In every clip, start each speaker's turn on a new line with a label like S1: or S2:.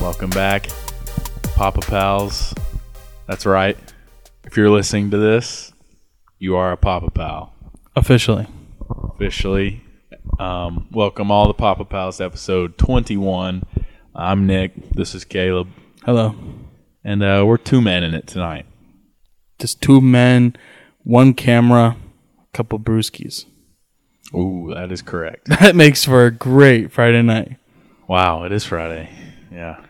S1: Welcome back, Papa Pals. That's right. If you're listening to this, you are a Papa Pal
S2: Officially.
S1: officially. Um, welcome all the Papa Pals, episode 21. I'm Nick. This is Caleb,
S2: Hello.
S1: and uh, we're two men in it tonight.
S2: Just two men, one camera, a couple brewskis.
S1: Ooh, that is correct.
S2: That makes for a great Friday night.
S1: wow, it is Friday. Yeah,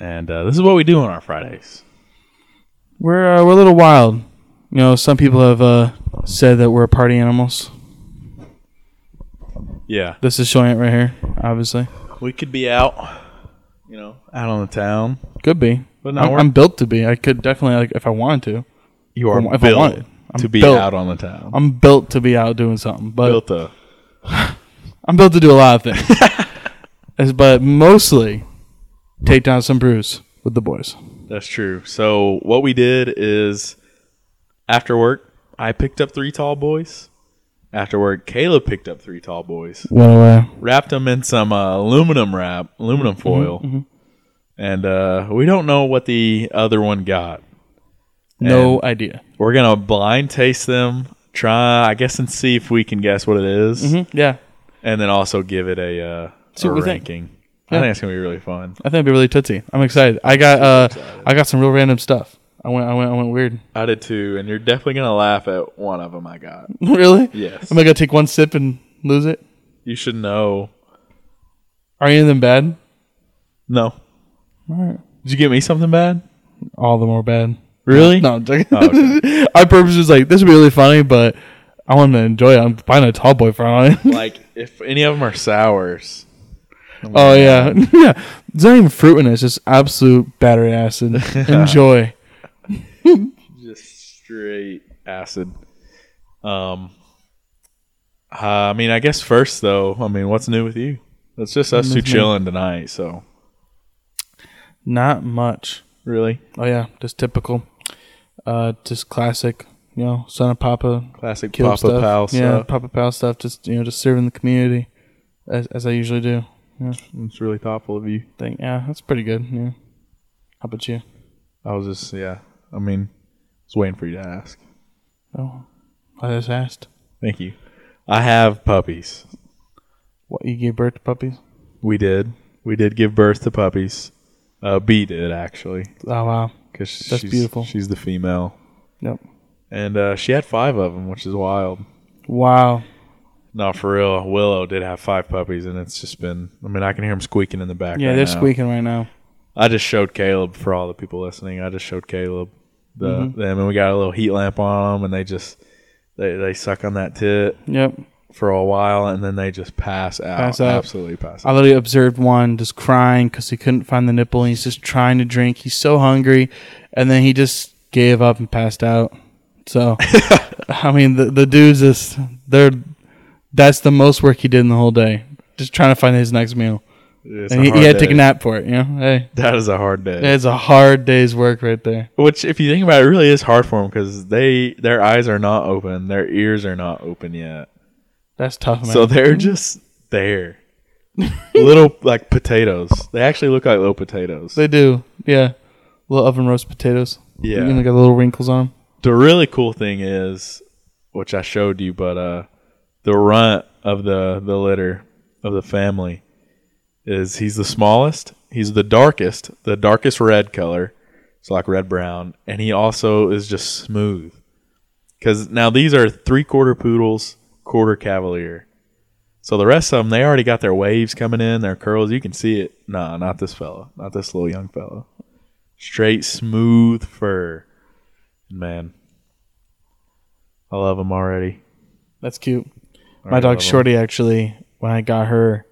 S1: and uh, this is what we do on our Fridays.
S2: We're uh, we're a little wild. You know, some people have uh, said that we're party animals.
S1: Yeah,
S2: This is showing it right here, obviously.
S1: we could be out, you know, out on the town.
S2: Could be.
S1: But
S2: But
S1: no,
S2: I'm,
S1: we're-
S2: I'm built to be. I could definitely like if I wanted to.
S1: You are
S2: If I
S1: built
S2: wanted. I'm
S1: to be
S2: built.
S1: out on the town.
S2: I'm built to be out doing something, but
S1: built a
S2: I'm built to do a lot of things. As- but mostly take down some brews with the boys.
S1: That's true. So what we did is after work, I picked up three tall boys. After work, Caleb picked up three tall boys,
S2: What away.
S1: wrapped them in some uh, aluminum wrap, aluminum
S2: Mm-hmm,
S1: foil, and uh, we don't know what the other one got.
S2: No idea.
S1: We're gonna blind taste them, try, I guess, and see if we can guess what it is,
S2: Yeah,
S1: and then also give it a, uh,
S2: Mm-hmm. See
S1: a
S2: what we think.
S1: ranking. I
S2: Yeah.
S1: think it's gonna be really fun.
S2: I think it'd be really tootsie. I'm excited. I got uh, I got some real random stuff. I went, I went, I went weird.
S1: I did too, and you're definitely gonna laugh at one of them I got.
S2: really?
S1: Yes.
S2: Am I gonna take one sip and lose it?
S1: You should know.
S2: Are any of them bad?
S1: No.
S2: All right.
S1: Did you get me something bad?
S2: All of them are bad.
S1: Really?
S2: No, I'm joking.
S1: Oh,
S2: I purposely was like, this would be really funny, but I want to enjoy it. I'm buying a tall boy for it.
S1: like if any of them are sours.
S2: oh yeah, yeah. It's not even fruit in it. It's just absolute battery acid. enjoy.
S1: Just straight acid. Um uh, I mean, I guess first though, I mean, what's new with you? It's just us two
S2: Nothing.
S1: chilling tonight, so
S2: Not much.
S1: really
S2: Oh yeah, just typical. Uh, just classic. You know, son of Papa,
S1: classic
S2: Caleb
S1: Papa
S2: stuff.
S1: Pal
S2: Yeah,
S1: stuff.
S2: Papa Pal stuff. Just you know, just serving the community as, as I usually do. Yeah,
S1: It's really thoughtful of you.
S2: think yeah, that's pretty good. Yeah. How about you?
S1: I was just yeah. I mean, I was waiting for you to ask.
S2: Oh, I just asked.
S1: Thank you. I have puppies.
S2: What you gave birth to puppies?
S1: We did. We did give birth to puppies. Uh, B did actually.
S2: Oh wow.
S1: Cause
S2: That's
S1: she's,
S2: beautiful.
S1: She's the female,
S2: Yep.
S1: and uh, she had five of them, which is wild.
S2: Wow.
S1: No, for real. Willow did have five puppies, and it's just been. I mean, I can hear them squeaking in the back.
S2: Yeah,
S1: right
S2: they're
S1: now.
S2: squeaking right now.
S1: I just showed Caleb for all the people listening. I just showed Caleb the
S2: Mm-hmm.
S1: them, and we got a little heat lamp on them, and they just they they suck on that tit
S2: Yep.
S1: for a while, and then they just pass out.
S2: Pass out.
S1: Absolutely pass out.
S2: I literally observed one just crying because he couldn't find the nipple and he's just trying to drink. He's so hungry. And then he just gave up and passed out. So, I mean, the, the dude's just, they're, that's the most work he did in the whole day. Just trying to find his next meal.
S1: It's
S2: And
S1: a
S2: he, he
S1: hard
S2: had to take
S1: day.
S2: a nap for it, you know? Hey,
S1: That is a hard day.
S2: it's a hard day's work right there.
S1: Which, if you think about it, it really is hard for them because they their eyes are not open, their ears are not open yet.
S2: That's tough, man.
S1: So they're just there. little like potatoes. They actually look like little potatoes.
S2: they do. Yeah. Little oven roast potatoes.
S1: Yeah.
S2: And they got little wrinkles on them.
S1: The really cool thing is, which I showed you, but uh, the runt of the the litter of the family is he's the smallest, he's the darkest, the darkest red color. It's like red brown, and he also is just smooth. Because now these are three quarter poodles, quarter cavalier. So the rest of them, they already got their waves coming in, their curls. You can see it. Nah, not this fella. Not this little young fella. Straight, smooth fur. Man, I love him already.
S2: That's cute. My
S1: Already love
S2: dog
S1: 'em.
S2: Shorty actually, when I got her,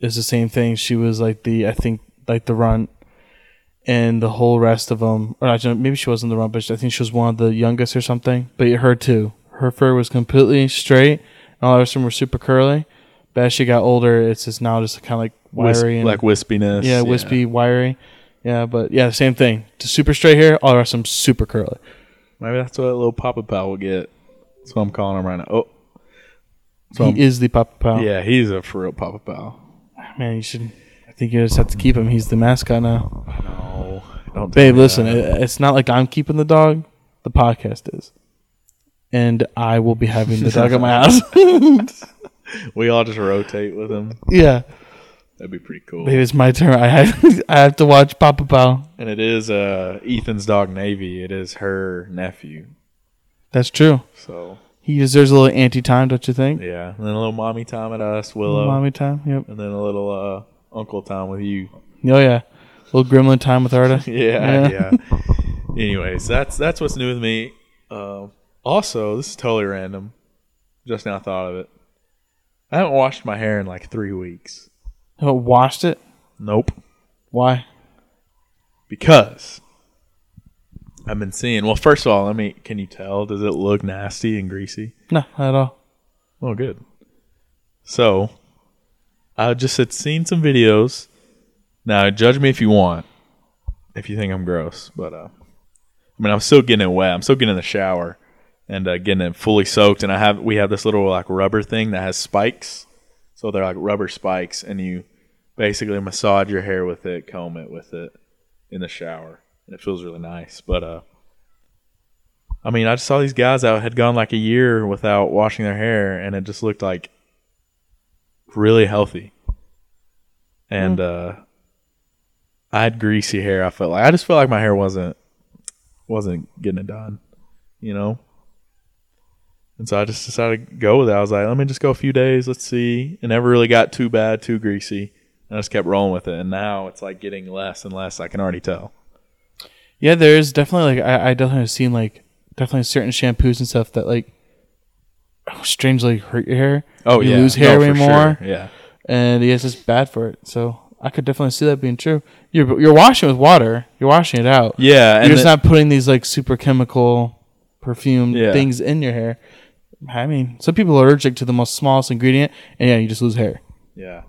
S2: is the same thing. She was like the I think like the runt, and the whole rest of them, or actually, maybe she wasn't the runt, but I think she was one of the youngest or something. But her too, her fur was completely straight, and all the rest of them were super curly. But as she got older, it's just now just kind of like
S1: Wisp-
S2: wiry and
S1: like wispiness.
S2: yeah, wispy, wiry. Yeah, but yeah, same thing. Just super straight hair. All the rest of them super curly.
S1: Maybe that's what a little Papa Pal will get. That's what I'm calling him right now. Oh,
S2: he is the Papa Pal.
S1: yeah, he's a for real Papa Pal.
S2: Man, you should. think you just have to keep him. He's the mascot now.
S1: No,
S2: Oh.
S1: don't. tell
S2: Babe,
S1: me
S2: listen,
S1: that.
S2: it, it's not like I'm keeping the dog. The podcast is. And I will be having the dog at my house.
S1: We all just rotate with him.
S2: yeah.
S1: That'd be pretty cool.
S2: Babe, it's my turn. I have I have to watch Papa Pal.
S1: And it is uh, Ethan's dog Navy. It is her nephew.
S2: That's true.
S1: So
S2: He deserves a little anti time, don't you think?
S1: yeah, and then a little mommy time at us, Willow,
S2: Mommy time. Yep.
S1: and then a little uh, uncle time with you.
S2: Oh yeah. Little gremlin time with Arda.
S1: Yeah,
S2: Yeah.
S1: yeah. Anyways, that's that's what's new with me. Um, also, this is totally random. Just now thought of it. I haven't washed my hair in like three weeks.
S2: Haven't washed it.
S1: Nope.
S2: Why?
S1: because I've been seeing. Well, first of all, let me. Can you tell? Does it look nasty and greasy?
S2: No, not at all.
S1: Oh, good. So, I just had seen some videos. Now, judge me if you want, if you think I'm gross, but uh, I mean, I'm still getting it wet. I'm still getting in the shower and uh, getting it fully soaked. And I have we have this little like rubber thing that has spikes, so they're like rubber spikes, and you basically massage your hair with it, comb it with it in the shower, and it feels really nice. But uh, I mean, I just saw these guys that had gone like a year without washing their hair, and it just looked like really healthy. And uh, I had greasy hair. I felt like I just felt like my hair wasn't wasn't getting it done, you know. And so I just decided to go with it. I was like, let me just go a few days, let's see. It never really got too bad, too greasy. And I just kept rolling with it. And now it's like getting less and less. I can already tell.
S2: Yeah, there is definitely like I, I definitely have seen like definitely certain shampoos and stuff that like strangely hurt your hair. you lose hair way
S1: Oh, for sure.
S2: more,
S1: Yeah.
S2: and yeah, it's just bad for it. So I could definitely see that being true. You're you're washing with water. You're washing it out.
S1: Yeah.
S2: you're
S1: And
S2: just
S1: it-
S2: not putting these like super chemical perfumed
S1: Yeah.
S2: things in your hair. I mean, some people are allergic to the most smallest ingredient, and yeah, you just lose hair.
S1: Yeah.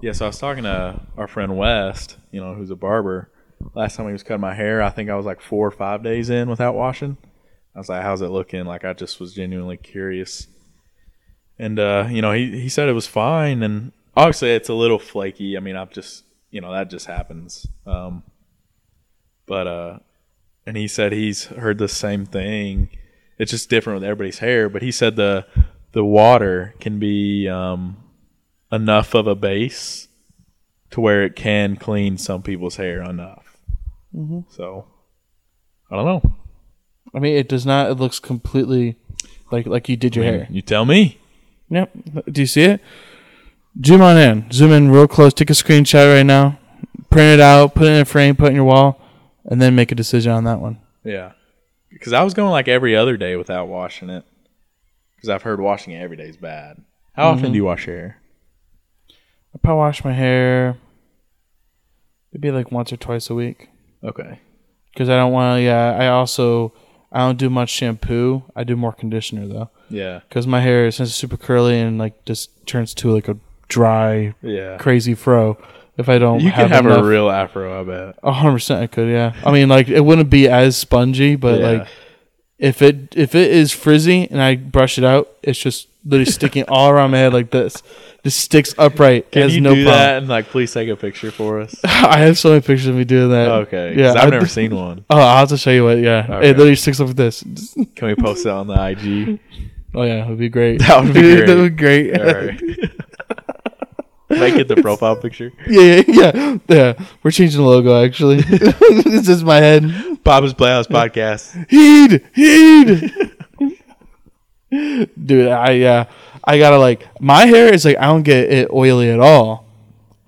S1: Yeah, so I was talking to our friend West, you know, who's a barber. Last time he was cutting my hair, I think I was like four or five days in without washing. I was like, how's it looking? Like, I just was genuinely curious. And, uh, you know, he, he said it was fine. And obviously, it's a little flaky. I mean, I've just, you know, that just happens. Um, but, uh, and he said he's heard the same thing. It's just different with everybody's hair. But he said the, the water can be, um, enough of a base to where it can clean some people's hair enough.
S2: Mm-hmm.
S1: So I don't know.
S2: I mean, it does not. It looks completely like like you did your hair.
S1: You tell me.
S2: Yep. Do you see it? Zoom on in. Zoom in real close. Take a screenshot right now. Print it out. Put it in a frame. Put it in your wall, and then make a decision on that one.
S1: Yeah, because I was going like every other day without washing it. Because I've heard washing it every day is bad. How often do
S2: Mm-hmm.
S1: you wash your hair?
S2: I probably wash my hair maybe like once or twice a week
S1: Okay.
S2: because I don't want to. Yeah. I also I don't do much shampoo. I do more conditioner though
S1: Yeah.
S2: because my hair since it's super curly and like just turns to like a dry
S1: Yeah.
S2: crazy fro if I don't
S1: You
S2: have,
S1: could have
S2: enough
S1: a real afro, I bet.
S2: A hundred percent, I could. Yeah, I mean, like it wouldn't be as spongy, but
S1: Yeah.
S2: like if it if it is frizzy and I brush it out, it's just literally sticking all around my head like this. Just sticks upright.
S1: Can
S2: It has
S1: you
S2: no
S1: do
S2: problem.
S1: that and like please take a picture for us?
S2: I have so many pictures of me doing that.
S1: Okay. Yeah.
S2: Yeah. I-
S1: I've never seen one.
S2: Oh, I'll have to show you what. Yeah,
S1: Okay.
S2: it literally sticks up like this.
S1: Can we post that on the IG?
S2: Oh yeah, it would be great.
S1: That would be
S2: Dude, That
S1: great.
S2: would be great.
S1: All right. Make it the profile picture.
S2: yeah, yeah, yeah, yeah. We're changing the logo actually. it's just my head.
S1: Bob's Playhouse podcast.
S2: heed, heed. Dude, I uh, I gotta like my hair is like I don't get it oily at all.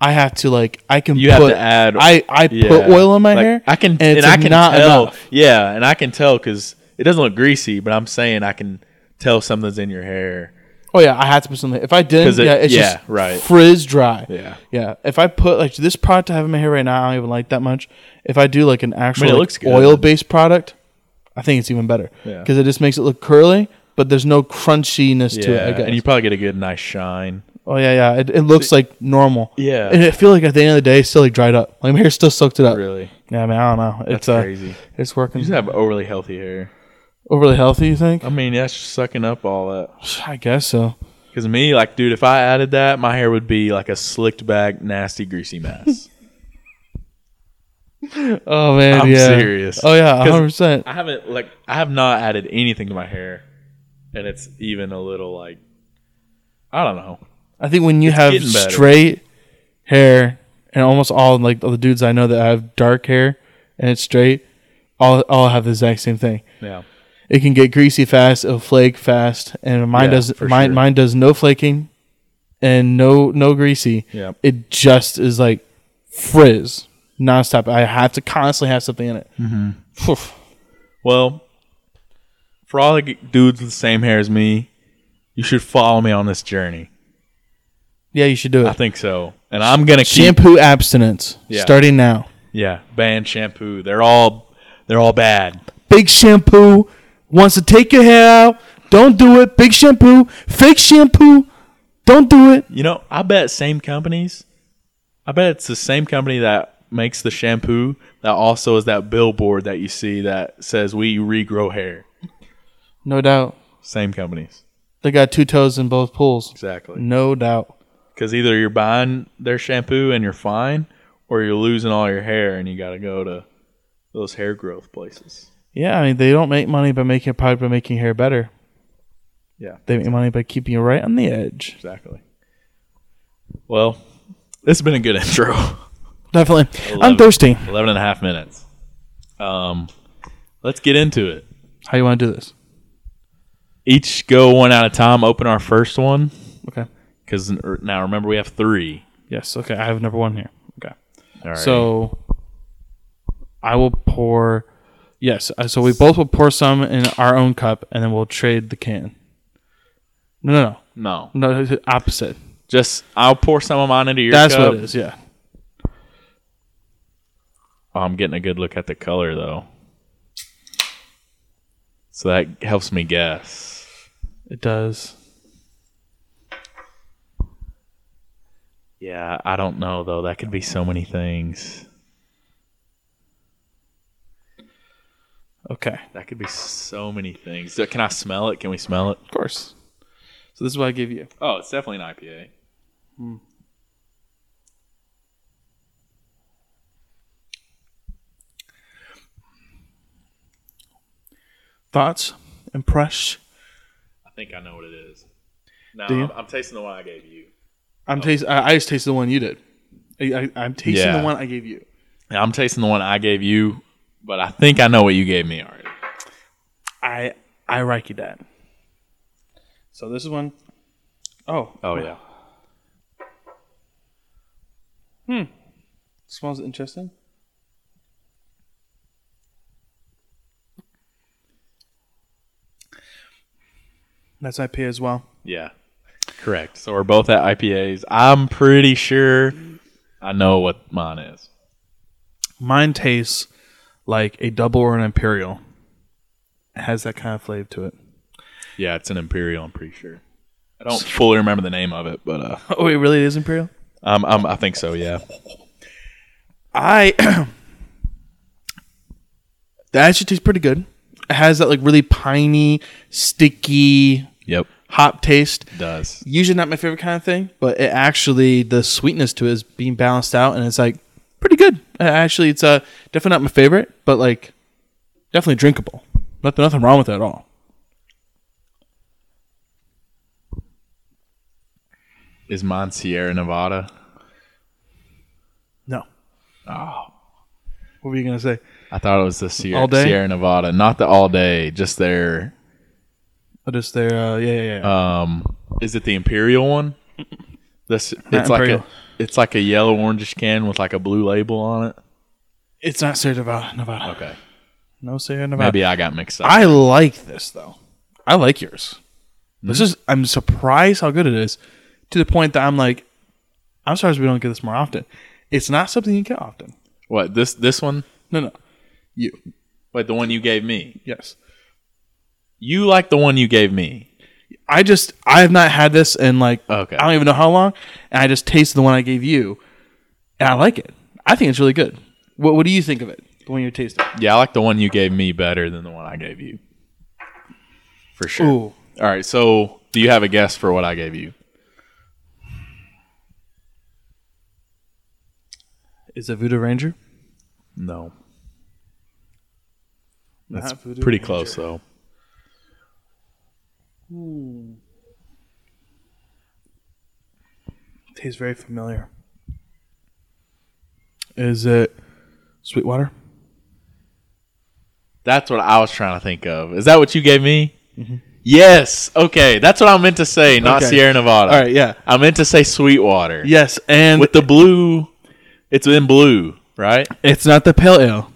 S2: I have to like I can
S1: You have
S2: put,
S1: to add-
S2: I I
S1: Yeah.
S2: put oil in my
S1: Like,
S2: hair.
S1: I can
S2: and,
S1: and,
S2: it's
S1: I can
S2: not
S1: tell.
S2: enough.
S1: Yeah, and I can tell because it doesn't look greasy, but I'm saying I can tell something's in your hair.
S2: Oh yeah, I had to put something. If I didn't,
S1: 'Cause it-
S2: yeah, it's
S1: yeah,
S2: just
S1: right.
S2: frizz dry.
S1: Yeah.
S2: yeah. If I put like this product I have in my hair right now, I don't even like that much. If I do like an
S1: it
S2: actual like,
S1: looks good.
S2: oil-based product, I think it's even better
S1: Yeah.
S2: because it just makes it look curly, but there's no crunchiness to it. I
S1: Yeah,
S2: guess.
S1: and you probably get a good, nice shine.
S2: Oh yeah, yeah. It, it looks like normal.
S1: Yeah.
S2: and I feel like at the end of the day, it's still like dried up. Like my hair still soaked it up.
S1: Really,
S2: Yeah, man. I don't know. It's
S1: that's
S2: uh,
S1: crazy.
S2: it's working.
S1: You Oh. just have overly healthy hair.
S2: Overly healthy, you think?
S1: I mean, that's just sucking up all that.
S2: I guess so.
S1: Because me, like, dude, if I added that, my hair would be like a slicked back, nasty, greasy mess.
S2: Oh man,
S1: I'm
S2: yeah.
S1: serious.
S2: Oh yeah,
S1: 'Cause-
S2: hundred percent.
S1: I haven't like I have not added anything to my hair, and it's even a little like I don't know.
S2: I think when you have
S1: getting better.
S2: straight hair, and almost all like all the dudes I know that have dark hair and it's straight, all all have the exact same thing.
S1: Yeah,
S2: It can get greasy fast, it'll flake fast, and mine
S1: Yeah,
S2: does
S1: for
S2: mine
S1: sure.
S2: mine does no flaking, and no no greasy.
S1: yeah.
S2: It just is like frizz nonstop. I have to constantly have something in it. Phew.
S1: Well, for all the g- dudes with the same hair as me, you should follow me on this journey.
S2: Yeah, you should do
S1: I
S2: it.
S1: think so, and I'm gonna keep.
S2: Shampoo abstinence
S1: Ah, Yeah.
S2: starting now.
S1: yeah, ban shampoo. They're all they're all bad.
S2: Big shampoo wants to take your hair out. Don't do it. Big shampoo, fake shampoo. Don't do it.
S1: You know, I bet same companies. I bet it's the same company that makes the shampoo that also is that billboard that you see that says we regrow hair.
S2: No doubt.
S1: Same companies.
S2: They got two toes in both pools.
S1: Exactly.
S2: No doubt.
S1: Because either you're buying their shampoo and you're fine, or you're losing all your hair and you got to go to those hair growth places.
S2: Yeah, I mean they don't make money by making a product by making hair better.
S1: Yeah.
S2: They make money by keeping you right on the edge.
S1: Exactly. Well, this has been a good intro.
S2: Definitely.
S1: love
S2: I'm
S1: it.
S2: thirsty.
S1: 11 and a half minutes. Um, let's get into it.
S2: How you want to do this?
S1: Each go one at a time, open our first one.
S2: Okay.
S1: Because now remember, we have three.
S2: Yes. Okay. I have number one here. Okay.
S1: All right.
S2: So I will pour. Yes. uh, So we both will pour some in our own cup, and then we'll trade the can. No, no,
S1: no.
S2: no, no. it's the Opposite.
S1: Just, I'll pour some of mine into your
S2: That's
S1: cup.
S2: what it is. Yeah.
S1: Oh, I'm getting a good look at the color though. So that helps me guess.
S2: It does.
S1: Yeah, I don't know though. That could be so many things.
S2: Okay.
S1: That could be so many things. So Can I smell it? Can we smell it?
S2: Of course. So this is what I give you.
S1: Oh, it's definitely an IPA.
S2: Thoughts? Impress?
S1: I think I know what it is. No,
S2: Do you?
S1: I'm, I'm tasting the one I gave you.
S2: I'm taste. I, I just tasted the one you did. I, I, I'm tasting
S1: Oh. Yeah.
S2: the one I gave you.
S1: Yeah, I'm tasting the one I gave you, but I think I know what you gave me already.
S2: I I like you that. So this is one oh
S1: Oh yeah.
S2: smells interesting. That's IP as well.
S1: Yeah. Correct. So we're both at IPAs. I'm pretty sure I know what mine is.
S2: Mine tastes like a double or an imperial. It has that kind of flavor to it.
S1: Yeah, it's an Imperial. I'm pretty sure. I don't fully remember the name of it, but uh,
S2: Oh, it really is imperial.
S1: um, um, I think so. Yeah.
S2: I that actually tastes pretty good. It has that like really piney, sticky
S1: Yep.
S2: hop taste.
S1: Does.
S2: usually not my favorite kind of thing, but it actually the sweetness to it is being balanced out, and it's like pretty good. Uh, Actually, it's uh definitely not my favorite, but like definitely drinkable. Nothing, nothing wrong with it at all.
S1: Is mine Sierra Nevada?
S2: No,
S1: Oh,
S2: what were you gonna say?
S1: I thought it was the Sierra,
S2: All day?
S1: Sierra Nevada, not the all day. Just their.
S2: Oh, just there. Uh, yeah, yeah, yeah.
S1: Um, is it the Imperial one? This it's like
S2: Imperial.
S1: a it's like a yellow orangish can with like a blue label on it.
S2: it's not Sierra Nevada. Nevada.
S1: Okay,
S2: No Sierra Nevada.
S1: maybe I got mixed up.
S2: I like this though. I like yours. This is. I'm surprised how good it is, to the point that I'm like, I'm surprised we don't get this more often. It's not something you get often.
S1: What this this one?
S2: No, no. You
S1: Wait, the one you gave me.
S2: yes.
S1: You like the one you gave me?
S2: I just I have not had this in like
S1: Okay.
S2: I don't even know how long, and I just tasted the one I gave you, and I like it. I think it's really good. What What do you think of it? The one you're tasting?
S1: Yeah, I like the one you gave me better than the one I gave you. For sure.
S2: Ooh,
S1: All right, so Do you have a guess for what I gave you?
S2: Is it Voodoo Ranger?
S1: No. That's
S2: Not Voodoo
S1: pretty
S2: Ranger.
S1: close though.
S2: Tastes very familiar. Is it Sweetwater?
S1: That's what I was trying to think of. Is that what you gave me? Yes. Okay, that's what I meant to say. Not
S2: Mm-hmm. Okay.
S1: Sierra Nevada.
S2: All right, yeah.
S1: I meant to say Sweetwater.
S2: Yes, and
S1: With the blue, it's in blue, right?
S2: it's not the pale ale.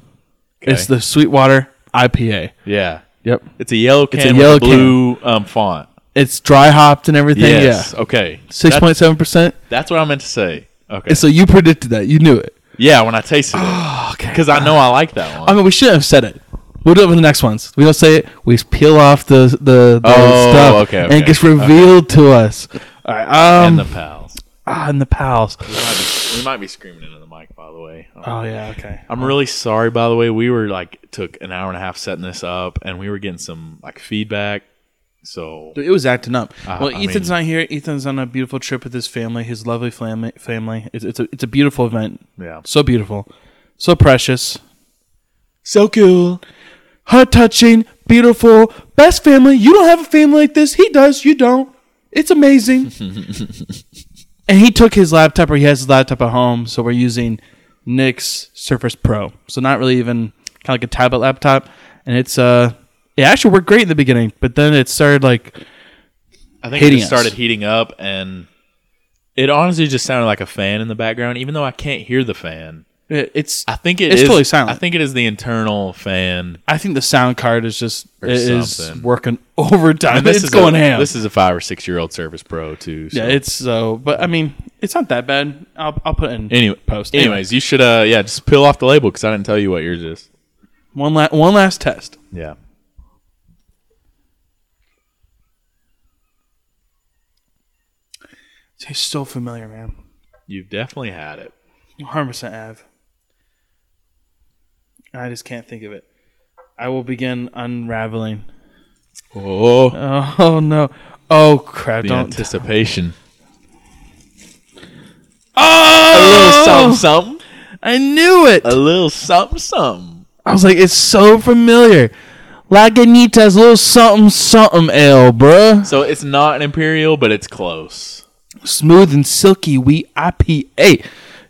S2: It's
S1: Okay.
S2: the Sweetwater IPA.
S1: yeah.
S2: Yep.
S1: It's a yellow can
S2: a
S1: with
S2: yellow
S1: a blue um, font.
S2: It's dry hopped and everything.
S1: Yes.
S2: Yeah.
S1: Okay.
S2: Six
S1: That-
S2: point seven percent.
S1: That's what I meant to say. Okay.
S2: So you predicted that. You knew it.
S1: yeah, when I tasted it,
S2: Oh, Okay.
S1: because I know I like that one.
S2: I mean, we shouldn't have said it. We'll do it for the next ones. We don't say it. We peel off the the, the
S1: Oh,
S2: stuff,
S1: okay,
S2: and
S1: okay,
S2: it gets revealed to us. All right, um,
S1: and
S2: and the,
S1: the pals.
S2: ah, and the pals.
S1: We might, be, we might be screaming into the mic, by the way. Um,
S2: Oh yeah, okay.
S1: I'm really sorry, by the way. We were like took an hour and a half setting this up, and we were getting some like feedback. So
S2: Dude, it was acting up.
S1: Uh,
S2: well,
S1: I
S2: Ethan's
S1: mean-
S2: not here. Ethan's on a beautiful trip with his family, his lovely family. Family. It's, it's a it's a beautiful event.
S1: yeah,
S2: So beautiful, so precious,
S1: so cool.
S2: heart touching, beautiful, best family. You don't have a family like this. He does. You don't. It's amazing. and he took his laptop, or he has his laptop at home, so we're using Nick's Surface Pro. So not really even kind of like a tablet laptop, and it's uh, it actually worked great in the beginning, but then it started like
S1: I think
S2: Hating
S1: it just
S2: us.
S1: started heating up, and it honestly just sounded like a fan in the background, even though I can't hear the fan.
S2: it- it's.
S1: I think it
S2: It's
S1: is-
S2: totally silent.
S1: I think it is the internal fan.
S2: I think the sound card is just it is
S1: something.
S2: working overtime.
S1: And
S2: it's going
S1: a,
S2: ham.
S1: This is a five or six year old Service Pro too. So.
S2: yeah, it's so. But I mean, it's not that bad. I'll I'll put it in
S1: anyway,
S2: post. Anyway,
S1: Anyways, you should uh yeah just peel off the label because I didn't tell you what yours is.
S2: one last one last test.
S1: Yeah.
S2: tastes so familiar, man.
S1: You've definitely had it.
S2: One hundred percent Av. I just can't think of it. I will begin unraveling.
S1: Oh,
S2: Oh, oh, no! Oh crap!
S1: the
S2: Don't.
S1: anticipation.
S2: oh,
S1: something, something.
S2: I knew it.
S1: A little something, something.
S2: I was like, it's so familiar. Lagunitas, little something, something ale, bruh.
S1: So it's not an imperial, but it's close.
S2: smooth and silky wheat IPA.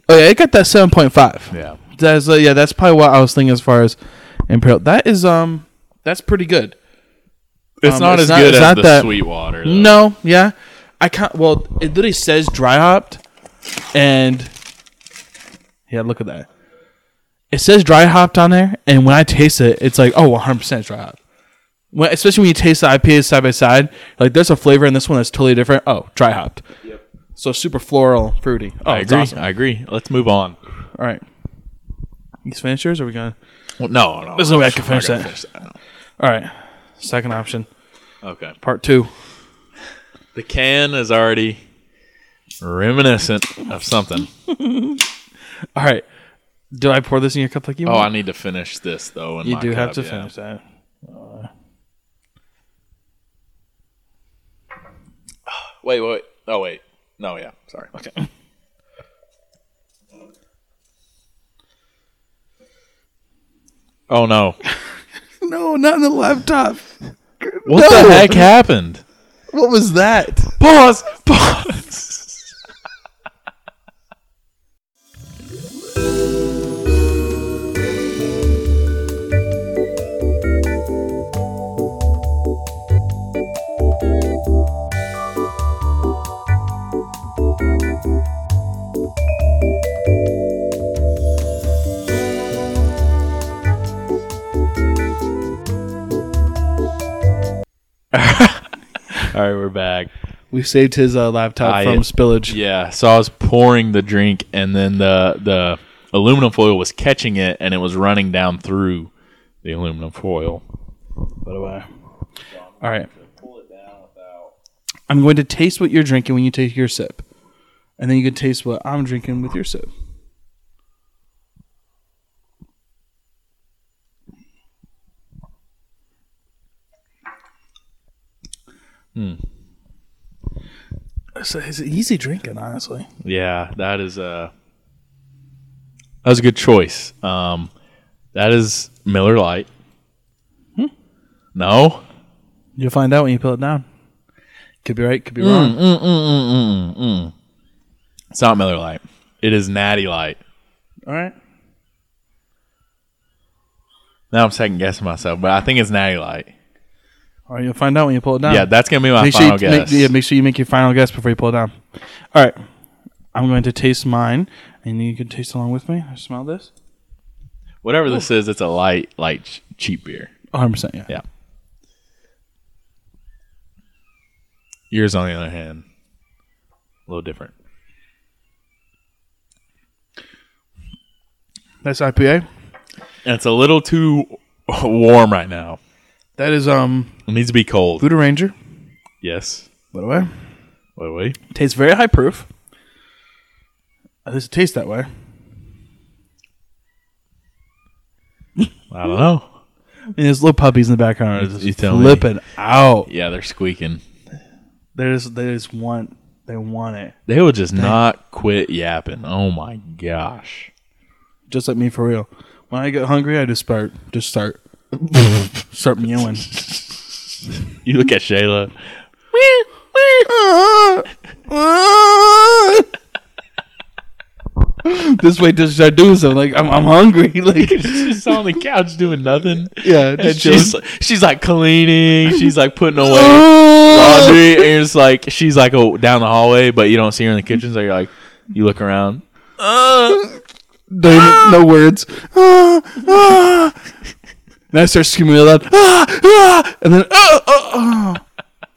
S2: Oh yeah, it got that seven point five.
S1: Yeah.
S2: That's uh, yeah, that's probably what I was thinking as far as imperial. That is um, that's pretty good.
S1: It's
S2: Um,
S1: not
S2: it's
S1: as
S2: not-
S1: good
S2: it's
S1: as
S2: not
S1: the
S2: that-
S1: Sweetwater. Though.
S2: No, yeah, I can't. Well, it literally says dry hopped, and yeah, look at that. It says dry hopped on there, and when I taste it, it's like oh, 100 percent dry hopped. When, especially when you taste the IPAs side by side, like there's a flavor in this one that's totally different. Oh, dry hopped. Yep. So super floral, fruity. Oh,
S1: I
S2: it's
S1: agree.
S2: awesome.
S1: I agree. Let's move on.
S2: All right. These finishers, are we going?
S1: Well, no, no.
S2: There's no way I
S1: I'm
S2: can
S1: not
S2: finish
S1: gonna
S2: that.
S1: finish
S2: All right. Second option,
S1: that. Okay.
S2: part two.
S1: The can is already reminiscent of something.
S2: All right. Do I pour this in your cup like you
S1: Oh, I
S2: want?
S1: need to finish this though. In
S2: you
S1: my
S2: do have
S1: cup,
S2: to
S1: yeah.
S2: finish that.
S1: Wait, wait. Oh, wait. No, yeah. Sorry. Okay. Oh no.
S2: No, not in the laptop.
S1: What
S2: No.
S1: the heck happened?
S2: What was that?
S1: Pause. Pause. All right, we're back.
S2: We saved his uh, laptop
S1: I-
S2: from spillage.
S1: Yeah, so I was pouring the drink, and then the the aluminum foil was catching it, and it was running down through the aluminum foil.
S2: All right. I'm going to taste what you're drinking when you take your sip, and then you can taste what I'm drinking with your sip.
S1: Hmm.
S2: it's, it's easy drinking, honestly.
S1: Yeah, that is a that was a good choice. Um, that is Miller Lite. No,
S2: You'll find out when you peel it down. Could be right,
S1: Hmm.
S2: could be wrong.
S1: it's not Miller Lite. It is Natty Light.
S2: All right.
S1: Now I'm second guessing myself, but I think it's Natty Light.
S2: Or you'll find out when you pull it down.
S1: Yeah, that's gonna be my
S2: make sure
S1: final
S2: you
S1: guess.
S2: Make, yeah, make sure you make your final guess before you pull it down. All right. I'm going to taste mine, and you can taste along with me. I smell this.
S1: Whatever this is, it's a light, light ch- cheap beer.
S2: 100%. Yeah.
S1: Yeah. Yours, on the other hand, a little different.
S2: That's IPA.
S1: And it's a little too warm right now.
S2: That is um
S1: It needs to be cold.
S2: Voodoo Ranger.
S1: Yes.
S2: By the way,
S1: Wait, wait.
S2: tastes very high proof. At least it tastes that way.
S1: I don't know.
S2: And there's little puppies in the background.
S1: You-
S2: Just
S1: you tell me.
S2: flipping out.
S1: Yeah, they're squeaking.
S2: They just they just want they want it.
S1: They will just not quit yapping. Oh my gosh.
S2: Just like me for real. When I get hungry, I just start just start start mewing.
S1: You look at Shayla.
S2: this way, just start doing something. Like I'm, I'm hungry. Like
S1: She's on the couch doing nothing.
S2: yeah,
S1: And
S2: just
S1: she's
S2: chilling.
S1: she's like cleaning. She's like putting away
S2: "Ah!"
S1: laundry, and it's like she's like oh, down the hallway, but you don't see her in the kitchen. So you're like, you look around.
S2: There- no words. Ah, ah. and I start screaming out loud. Ah, ah, and then ah, ah, ah.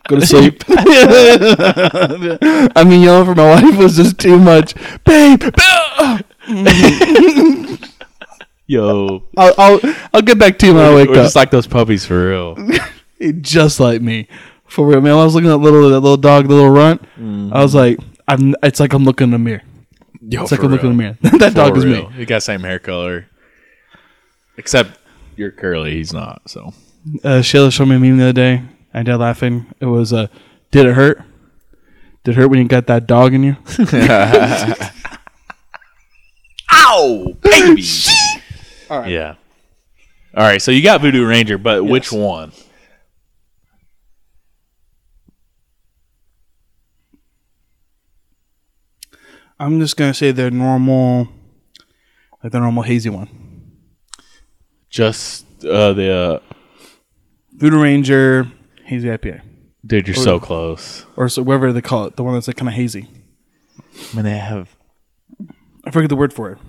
S2: go to sleep. I mean, yelling for my wife was just too much. Babe, babe, ah.
S1: Yo,
S2: I'll, I'll I'll get back to you when I
S1: we're
S2: wake up.
S1: just like those puppies for real.
S2: It just like me. For real, man. When I was looking at little that little dog, the little runt. I was like, I'm. It's like I'm looking in the mirror.
S1: Yo,
S2: It's like I'm looking in the mirror. that dog is me.
S1: You got same hair color, except you're curly. He's not. So
S2: Uh, Shayla showed me a meme the other day. I died laughing. It was, uh, did it hurt? Did it hurt when you got that dog in you?
S1: ow, baby. All right. Yeah. All right. So you got Voodoo Ranger, but which one?
S2: I'm just gonna say the normal, like the normal hazy one.
S1: Just uh, the uh,
S2: Voodoo Ranger hazy IPA,
S1: dude. You're so close.
S2: or so whatever they call it, the one that's like kind of hazy.
S1: I mean, they have
S2: I forget the word for it.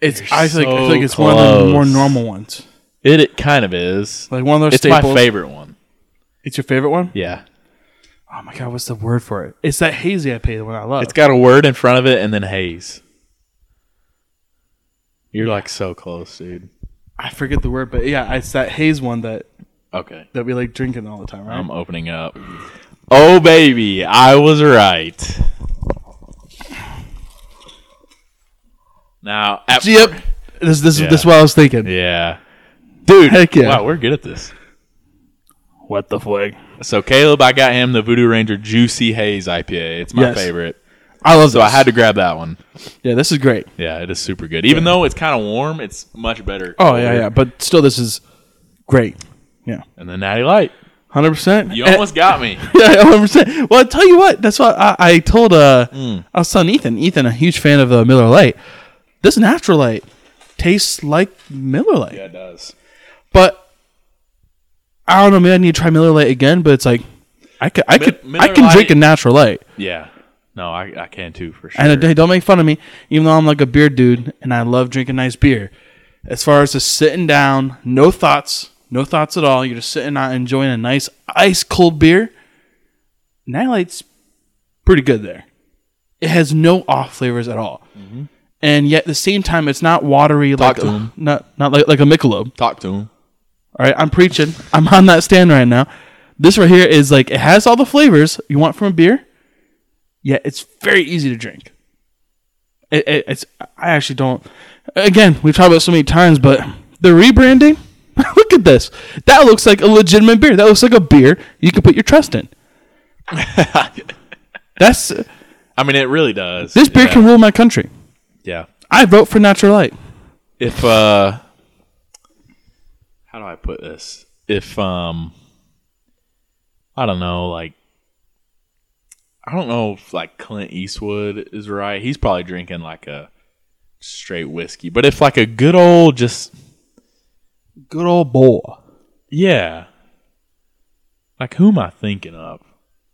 S2: It's
S1: You're
S2: I, feel like, I feel
S1: so
S2: like it's one of the more
S1: close.
S2: normal ones.
S1: it. It kind of is.
S2: Like one of those
S1: It's
S2: staples.
S1: my favorite one.
S2: It's your favorite one?
S1: Yeah.
S2: Oh my god, what's the word for it? It's that hazy IPA, the one I love.
S1: It's got a word in front of it and then haze. You're like so close, dude.
S2: I forget the word, but yeah, it's that haze one that
S1: Okay.
S2: that we like drinking all the time, right?
S1: I'm opening up. Oh baby, I was right. Now, at
S2: yep. This this
S1: Yeah.
S2: this is what I was thinking.
S1: yeah, dude.
S2: Heck yeah.
S1: Wow, we're good at this.
S2: What the flag?
S1: So Caleb, I got him the Voodoo Ranger Juicy Haze IPA. It's my
S2: Yes.
S1: favorite,
S2: I love
S1: so I had to grab that one.
S2: Yeah, this is great.
S1: Yeah, it is super good. Even though it's kind of warm, it's much better.
S2: Oh yeah, yeah. But still, this is great. Yeah,
S1: And the Natty Light.
S2: hundred percent. Eh,
S1: You almost got me.
S2: Yeah, hundred percent. Well, I tell you what. That's what I, I told. Uh,
S1: Mm.
S2: I was telling Ethan. Ethan, a huge fan of uh, Miller Lite. This natural light tastes like Miller Lite,
S1: it does.
S2: but I don't know. Maybe I need to try Miller Lite again. But it's like I could, I could, I
S1: Miller
S2: can drink
S1: Lite-
S2: a natural light.
S1: Yeah. No, I, I can too for sure.
S2: And hey, don't make fun of me, even though I'm like a beer dude and I love drinking nice beer. As far as just sitting down, no thoughts, no thoughts at all. You're just sitting out enjoying a nice ice cold beer. Nightlight's pretty good there. It has no off flavors at all, and yet at the same time, it's not watery like
S1: Mm-hmm. to
S2: a, not not like like a Michelob.
S1: Talk to him.
S2: All right, I'm preaching. I'm on that stand right now. This right here is like it has all the flavors you want from a beer, yet it's very easy to drink. It, it, it's I actually don't. Again, we've talked about it so many times, but the rebranding. look at this. That looks like a legitimate beer. That looks like a beer you can put your trust in. That's
S1: I mean, it really does.
S2: this beer
S1: yeah.
S2: can rule my country.
S1: Yeah.
S2: I vote for Natural Light.
S1: If uh, how do I put this? If um, I don't know. Like, I don't know if like Clint Eastwood is right. He's probably drinking like a straight whiskey. But if like a good old just
S2: Good old boy.
S1: yeah, like who am I thinking of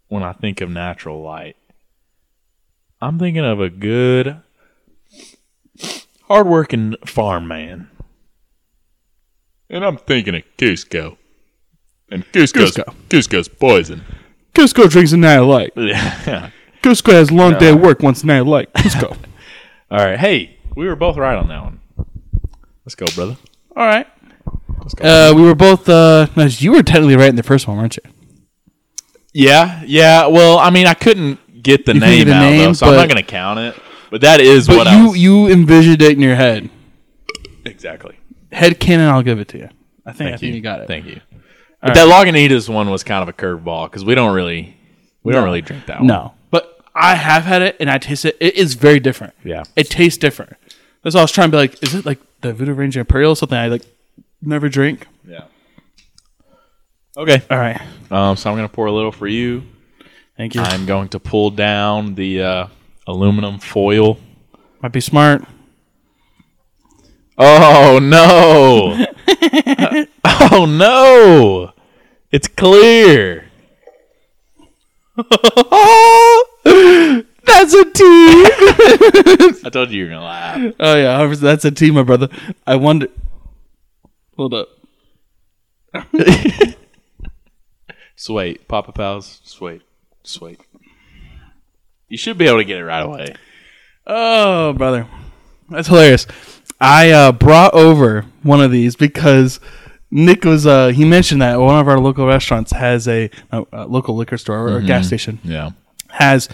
S1: when I think of natural light? I'm thinking of a good, hardworking farm man. And I'm thinking of Cusco. And Cusco's,
S2: Cusco.
S1: Cusco's poison.
S2: Cusco drinks a Natural Light.
S1: Yeah.
S2: Cusco has a long day at work once Natural Light. Cusco.
S1: All right. Hey, we were both right on that one. Let's go, brother.
S2: All right.
S1: Let's go.
S2: Uh, we were both. Uh, no, you were technically right in the first one, weren't you?
S1: Yeah, yeah. Well, I mean, I couldn't get the
S2: You couldn't
S1: name
S2: get the
S1: out though,
S2: name,
S1: so I'm not
S2: but-
S1: going to count it. But that is
S2: But
S1: what I
S2: you e
S1: was-
S2: you envisioned it in your head.
S1: exactly.
S2: Head cannon. I'll give it to you. I think. I
S1: Thank
S2: think you. got it.
S1: Thank you. But that Lagunitas one was kind of a curveball because we don't really we don't really drink that one.
S2: No, but I have had it and I taste it. It is very different.
S1: Yeah.
S2: it tastes different. That's why I was trying to be like, is it like the Voodoo Ranger Imperial, something I like never drink?
S1: Yeah. Okay.
S2: All right,
S1: Um, so I'm gonna pour a little for you.
S2: thank you.
S1: I'm going to pull down the uh, aluminum foil.
S2: Might be smart.
S1: Oh no! oh no! It's clear.
S2: That's a T.
S1: I told you you were gonna laugh.
S2: oh yeah, that's a T, my brother. I wonder. Hold up.
S1: Just wait, Papa Pals. Just wait. Just wait. You should be able to get it right away.
S2: Oh, brother. That's hilarious. I uh, brought over one of these because Nick was, uh, he mentioned that one of our local restaurants has a, uh, uh, local liquor store or, or gas station
S1: Yeah,
S2: has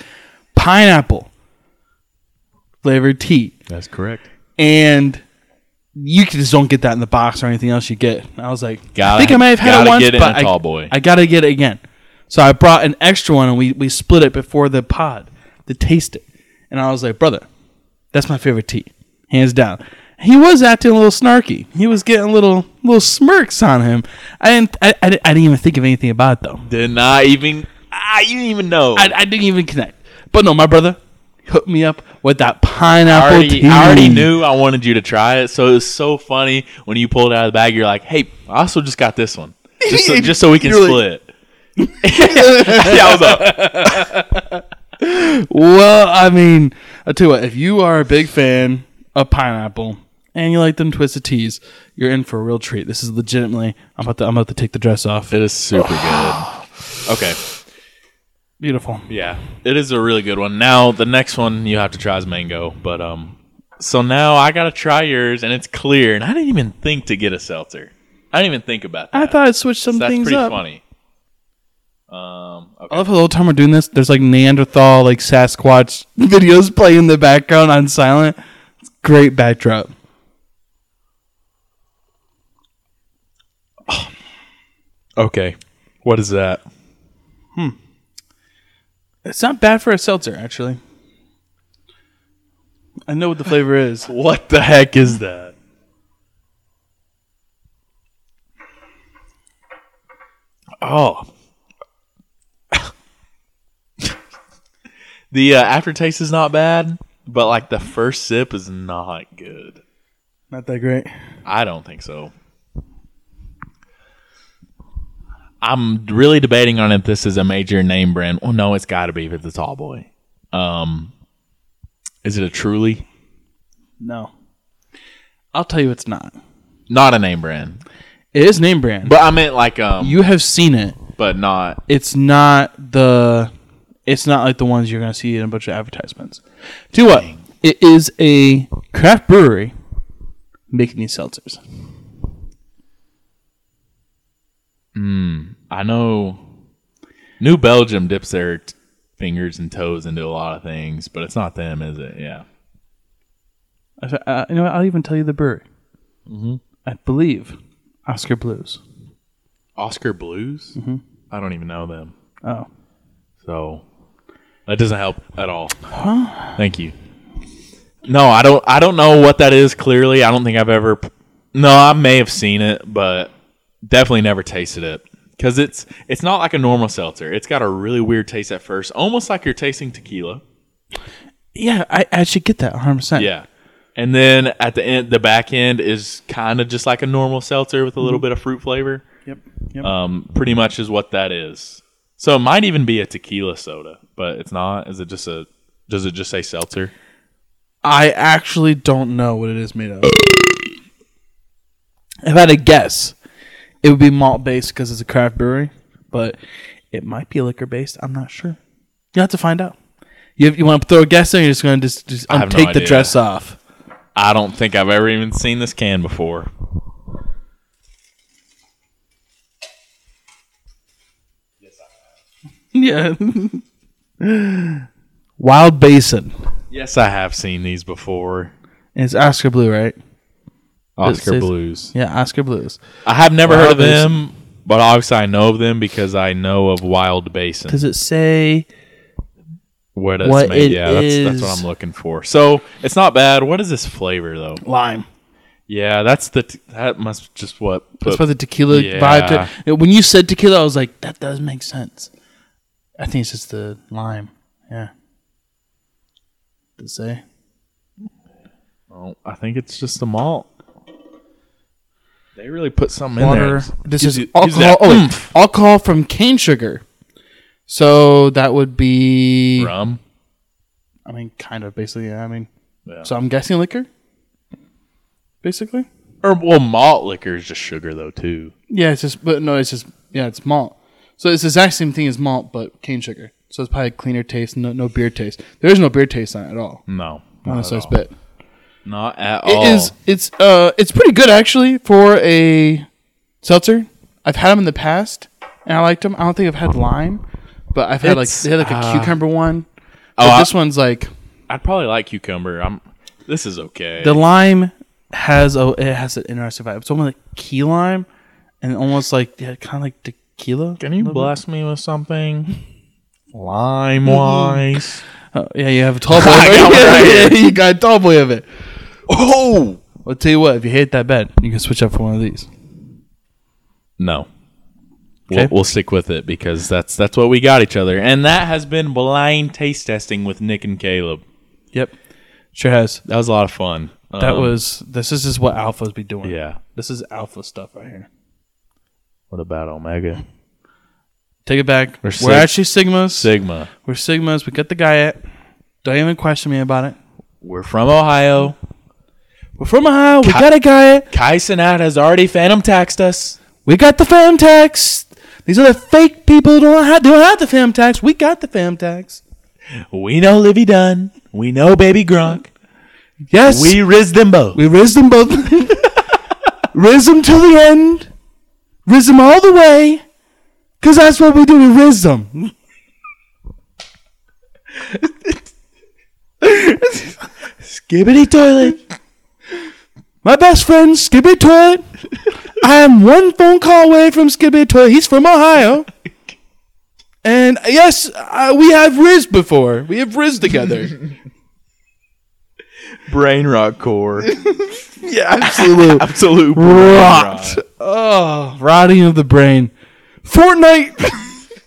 S2: pineapple flavored tea.
S1: that's correct.
S2: And you just don't get that in the box or anything else you get. And I was like,
S1: Gotta-
S2: I think I may have had
S1: gotta
S2: it once,
S1: get it in
S2: but
S1: a
S2: I,
S1: tall boy.
S2: I got to get it again. So I brought an extra one and we, we split it before the pod to taste it. And I was like, brother, that's my favorite tea, hands down. He was acting a little snarky. He was getting little little smirks on him. I didn't. I, I, I didn't even think of anything about it though.
S1: Did not even. Ah, you didn't even know.
S2: I, I didn't even connect. But no, my brother hooked me up with that pineapple
S1: already,
S2: tea.
S1: I already knew I wanted you to try it, so it was so funny when you pulled it out of the bag. You're like, "Hey, I also just got this one, just so, just so we can
S2: You're
S1: split." yeah, I was like,
S2: Well, I mean, I tell you what, if you are a big fan of pineapple and you like them twisted teas, you're in for a real treat. This is legitimately. I'm about to. I'm about to take the dress off.
S1: "It is super good." Okay,
S2: Beautiful.
S1: yeah, it is a really good one. Now the next one you have to try is mango, but um, so now I gotta try yours, and it's clear, and I didn't even think to get a seltzer. I didn't even think about that.
S2: I thought I'd switch some
S1: That's
S2: things
S1: pretty
S2: up.
S1: funny. Um, okay.
S2: I love how the whole time we're doing this, there's like Neanderthal, like Sasquatch videos playing in the background on silent. It's great backdrop.
S1: okay, what is that?
S2: It's not bad for a seltzer, actually. I know what the flavor is.
S1: What the heck is that? Oh. the uh, aftertaste is not bad, but like the first sip is not good.
S2: Not that great.
S1: I don't think so. I'm really debating on if this is a major name brand. Well, no, it's got to be if it's a tall boy. Um, is it a truly?
S2: No. I'll tell you it's not.
S1: Not a name brand.
S2: It is name brand. But
S1: But I meant like um,
S2: you have seen it.
S1: but not.
S2: It's not the it's not like the ones you're gonna see in a bunch of advertisements. Do what? It is a craft brewery making these seltzers.
S1: I know New Belgium dips their t- fingers and toes into a lot of things, but it's not them, is it? Yeah.
S2: I- Uh, you know, what? I'll even tell you the brewery. I believe Oscar Blues.
S1: Oscar Blues. I don't even know them.
S2: Oh,
S1: So That doesn't help at all. Thank you. No, I don't. I don't know what that is. Clearly, I don't think I've ever. p- No, I may have seen it, but definitely never tasted it because it's it's not like a normal seltzer. It's got a really weird taste at first, almost like you're tasting tequila.
S2: Yeah, I actually get that 100. percent
S1: Yeah. And then at the end, the back end is kind of just like a normal seltzer with a
S2: Mm-hmm.
S1: little bit of fruit flavor.
S2: Yep. Yep.
S1: Um, pretty much is what that is. So it might even be a tequila soda, but it's not. Is it just a? Does it just say seltzer?
S2: I actually don't know what it is made of. if I had a guess, it would be malt based because it's a craft brewery, but it might be liquor based. I'm not sure. You have to find out. You, you want to throw a guess there? You're just going to just, just
S1: have
S2: um,
S1: no
S2: take the
S1: idea.
S2: dress off.
S1: I don't think I've ever even seen this can before.
S2: Yeah. Wild Basin.
S1: Yes, I have seen these before.
S2: And it's Oscar Blue, right?
S1: Oscar
S2: says-
S1: Blues.
S2: Yeah, Oscar Blues.
S1: I have never heard of
S2: Wild Basin.
S1: them, but obviously I know of them because I know of Wild Basin.
S2: Does it say?
S1: Where that's
S2: what
S1: made.
S2: it
S1: yeah, that's, that's what
S2: is-
S1: I'm looking for. So it's not bad. What is this flavor though?
S2: Lime.
S1: Yeah, that's the t- that must just what
S2: That's
S1: put-
S2: why the tequila
S1: Yeah.
S2: vibe. To it. When you said tequila, I was like, that does make sense. I think it's just the lime. Yeah. To say
S1: oh, I think it's just the malt. They really put something
S2: water.
S1: in there.
S2: This
S1: Gives
S2: is
S1: you- gives
S2: alcohol.
S1: that
S2: Oh, wait,
S1: oomph.
S2: alcohol from cane sugar. So that would be.
S1: rum.
S2: I mean, kind of basically. Yeah. I mean,
S1: Yeah.
S2: so I'm guessing liquor. Basically.
S1: Or well, malt liquor is just sugar though too.
S2: Yeah, it's just, but no, it's just, yeah, it's malt. So it's the exact same thing as malt, but cane sugar. So it's probably a cleaner taste, no, no beer taste. There is no beer taste on it at all.
S1: No,
S2: On
S1: not
S2: this
S1: at
S2: ice
S1: all. Oh.
S2: bit.
S1: Not at
S2: It
S1: all.
S2: is- It's uh. It's pretty good actually for a seltzer. I've had them in the past, and I liked them. I don't think I've had lime, but I've
S1: It's,
S2: had like they had like a
S1: uh,
S2: cucumber one.
S1: Oh,
S2: But
S1: I-
S2: this one's like
S1: I'd probably like cucumber. I'm. This is okay.
S2: the lime has a it has an interesting vibe. It's almost like key lime, and almost like yeah, kind of like tequila.
S1: Can you bless me with something? Lime
S2: Mm-hmm.
S1: wise.
S2: Oh, yeah, you have a tall boy.
S1: got one right here.
S2: you got a tall boy of it.
S1: oh
S2: I'll tell you what. If you hate that bet, you can switch up for one of these.
S1: no.
S2: Okay.
S1: We'll, we'll stick with it because that's that's what we got each other, and that has been blind taste testing with Nick and Caleb.
S2: Yep, sure has.
S1: That was a lot of fun.
S2: That
S1: Um,
S2: was this is just what alphas be doing.
S1: yeah.
S2: This is alpha stuff right here.
S1: What about Omega
S2: Take it back. We're,
S1: sig-
S2: actually Sigmas.
S1: Sigma?
S2: We're Sigmas. We got the guy at. Don't even question me about it.
S1: We're from Ohio.
S2: We're from Ohio. We got a guy at.
S1: Kai Sinat has already phantom taxed us.
S2: We got the fam tax. These are the fake people who don't have, they don't have the fam tax. We got the fam tax.
S1: We know Livy Dunn. We know Baby Gronk.
S2: Yes.
S1: We riz them both.
S2: We riz them both. riz them till the end. Riz them all the way. Because that's what we do. We riz them.
S1: Skibbity toilet.
S2: My best friend, Skippy Toilet. I am one phone call away from Skippy Toilet. He's from Ohio. And yes, uh, we have riz before. We have riz together.
S1: Brain rock core.
S2: yeah, absolutely.
S1: Absolute brain
S2: Rot. Oh, rotting of the brain. Fortnite.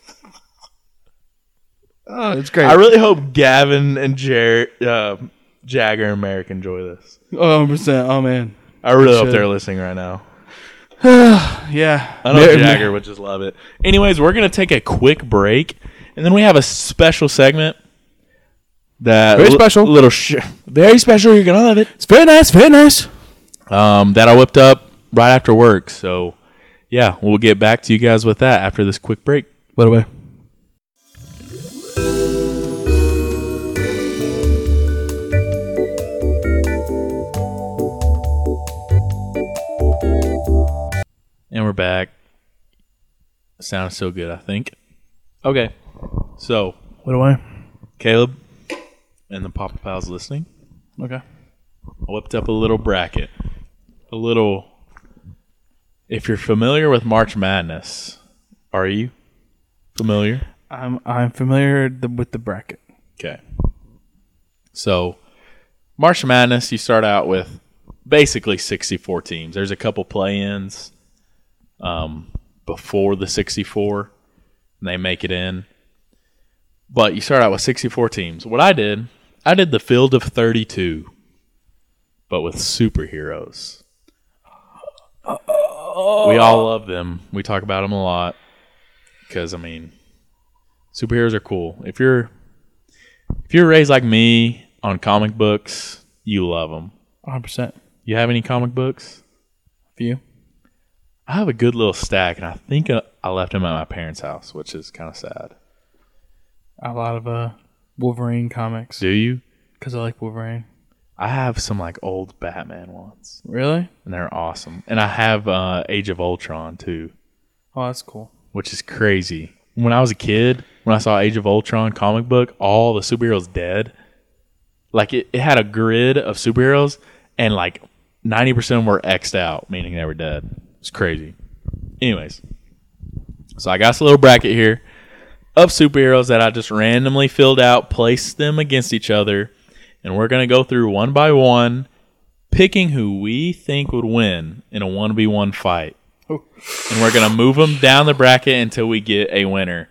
S2: oh, it's great.
S1: I really hope Gavin and Jer- uh, Jagger and Merrick enjoy this.
S2: Oh, 100%. Oh, man.
S1: I really hope
S2: should.
S1: they're listening right now.
S2: Yeah.
S1: I know Jagger would just love it. Anyways, we're gonna take a quick break, and then we have a special segment. That
S2: Very
S1: li-
S2: special.
S1: little sh- very special. You're gonna love it.
S2: It's very nice. Very nice.
S1: Um, that I whipped up right after work. So, yeah, we'll get back to you guys with that after this quick break.
S2: What away?
S1: And we're back. Sounds so good, I think. Okay. So,
S2: What away?
S1: Caleb and the Papa Pals listening,
S2: Okay.
S1: I whipped up a little bracket. A little. If you're familiar with March Madness, are you familiar?
S2: I'm I'm familiar th- with the bracket.
S1: Okay. So, March Madness, you start out with basically 64 teams. There's a couple play ins um, before the 64, and they make it in. But you start out with 64 teams. What I did, I did the field of 32, but with superheroes. We all love them. We talk about them a lot because, I mean, superheroes are cool. If you're if you're raised like me on comic books, you love them.
S2: 100%.
S1: You have any comic books?
S2: For you?
S1: I have a good little stack, and I think uh, I left them at my parents' house, which is kind of sad.
S2: A lot of uh, Wolverine comics
S1: Do you?
S2: because I like Wolverine.
S1: I have some like old Batman ones,
S2: Really?
S1: and they're awesome. And I have uh, Age of Ultron too,
S2: Oh, that's cool.
S1: which is crazy. When I was a kid, when I saw Age of Ultron comic book, all the superheroes dead. Like it, it had a grid of superheroes, and like ninety percent of them were xed out, meaning they were dead. It's crazy. Anyways, so I got this little bracket here of superheroes that I just randomly filled out, placed them against each other, and we're gonna go through one by one, picking who we think would win in a one v one fight and we're gonna move them down the bracket until we get a winner.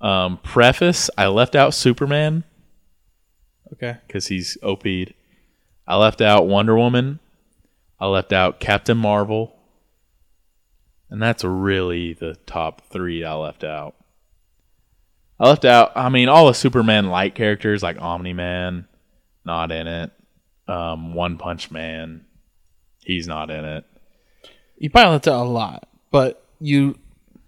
S1: Um, preface: I left out Superman
S2: Okay.
S1: because he's OP'd. I left out Wonder Woman. I left out Captain Marvel, and that's really the top three I left out. I left out. I mean, all the Superman light characters like Omni Man, not in it. Um, One Punch Man, he's not in it.
S2: You probably left out a lot, but you,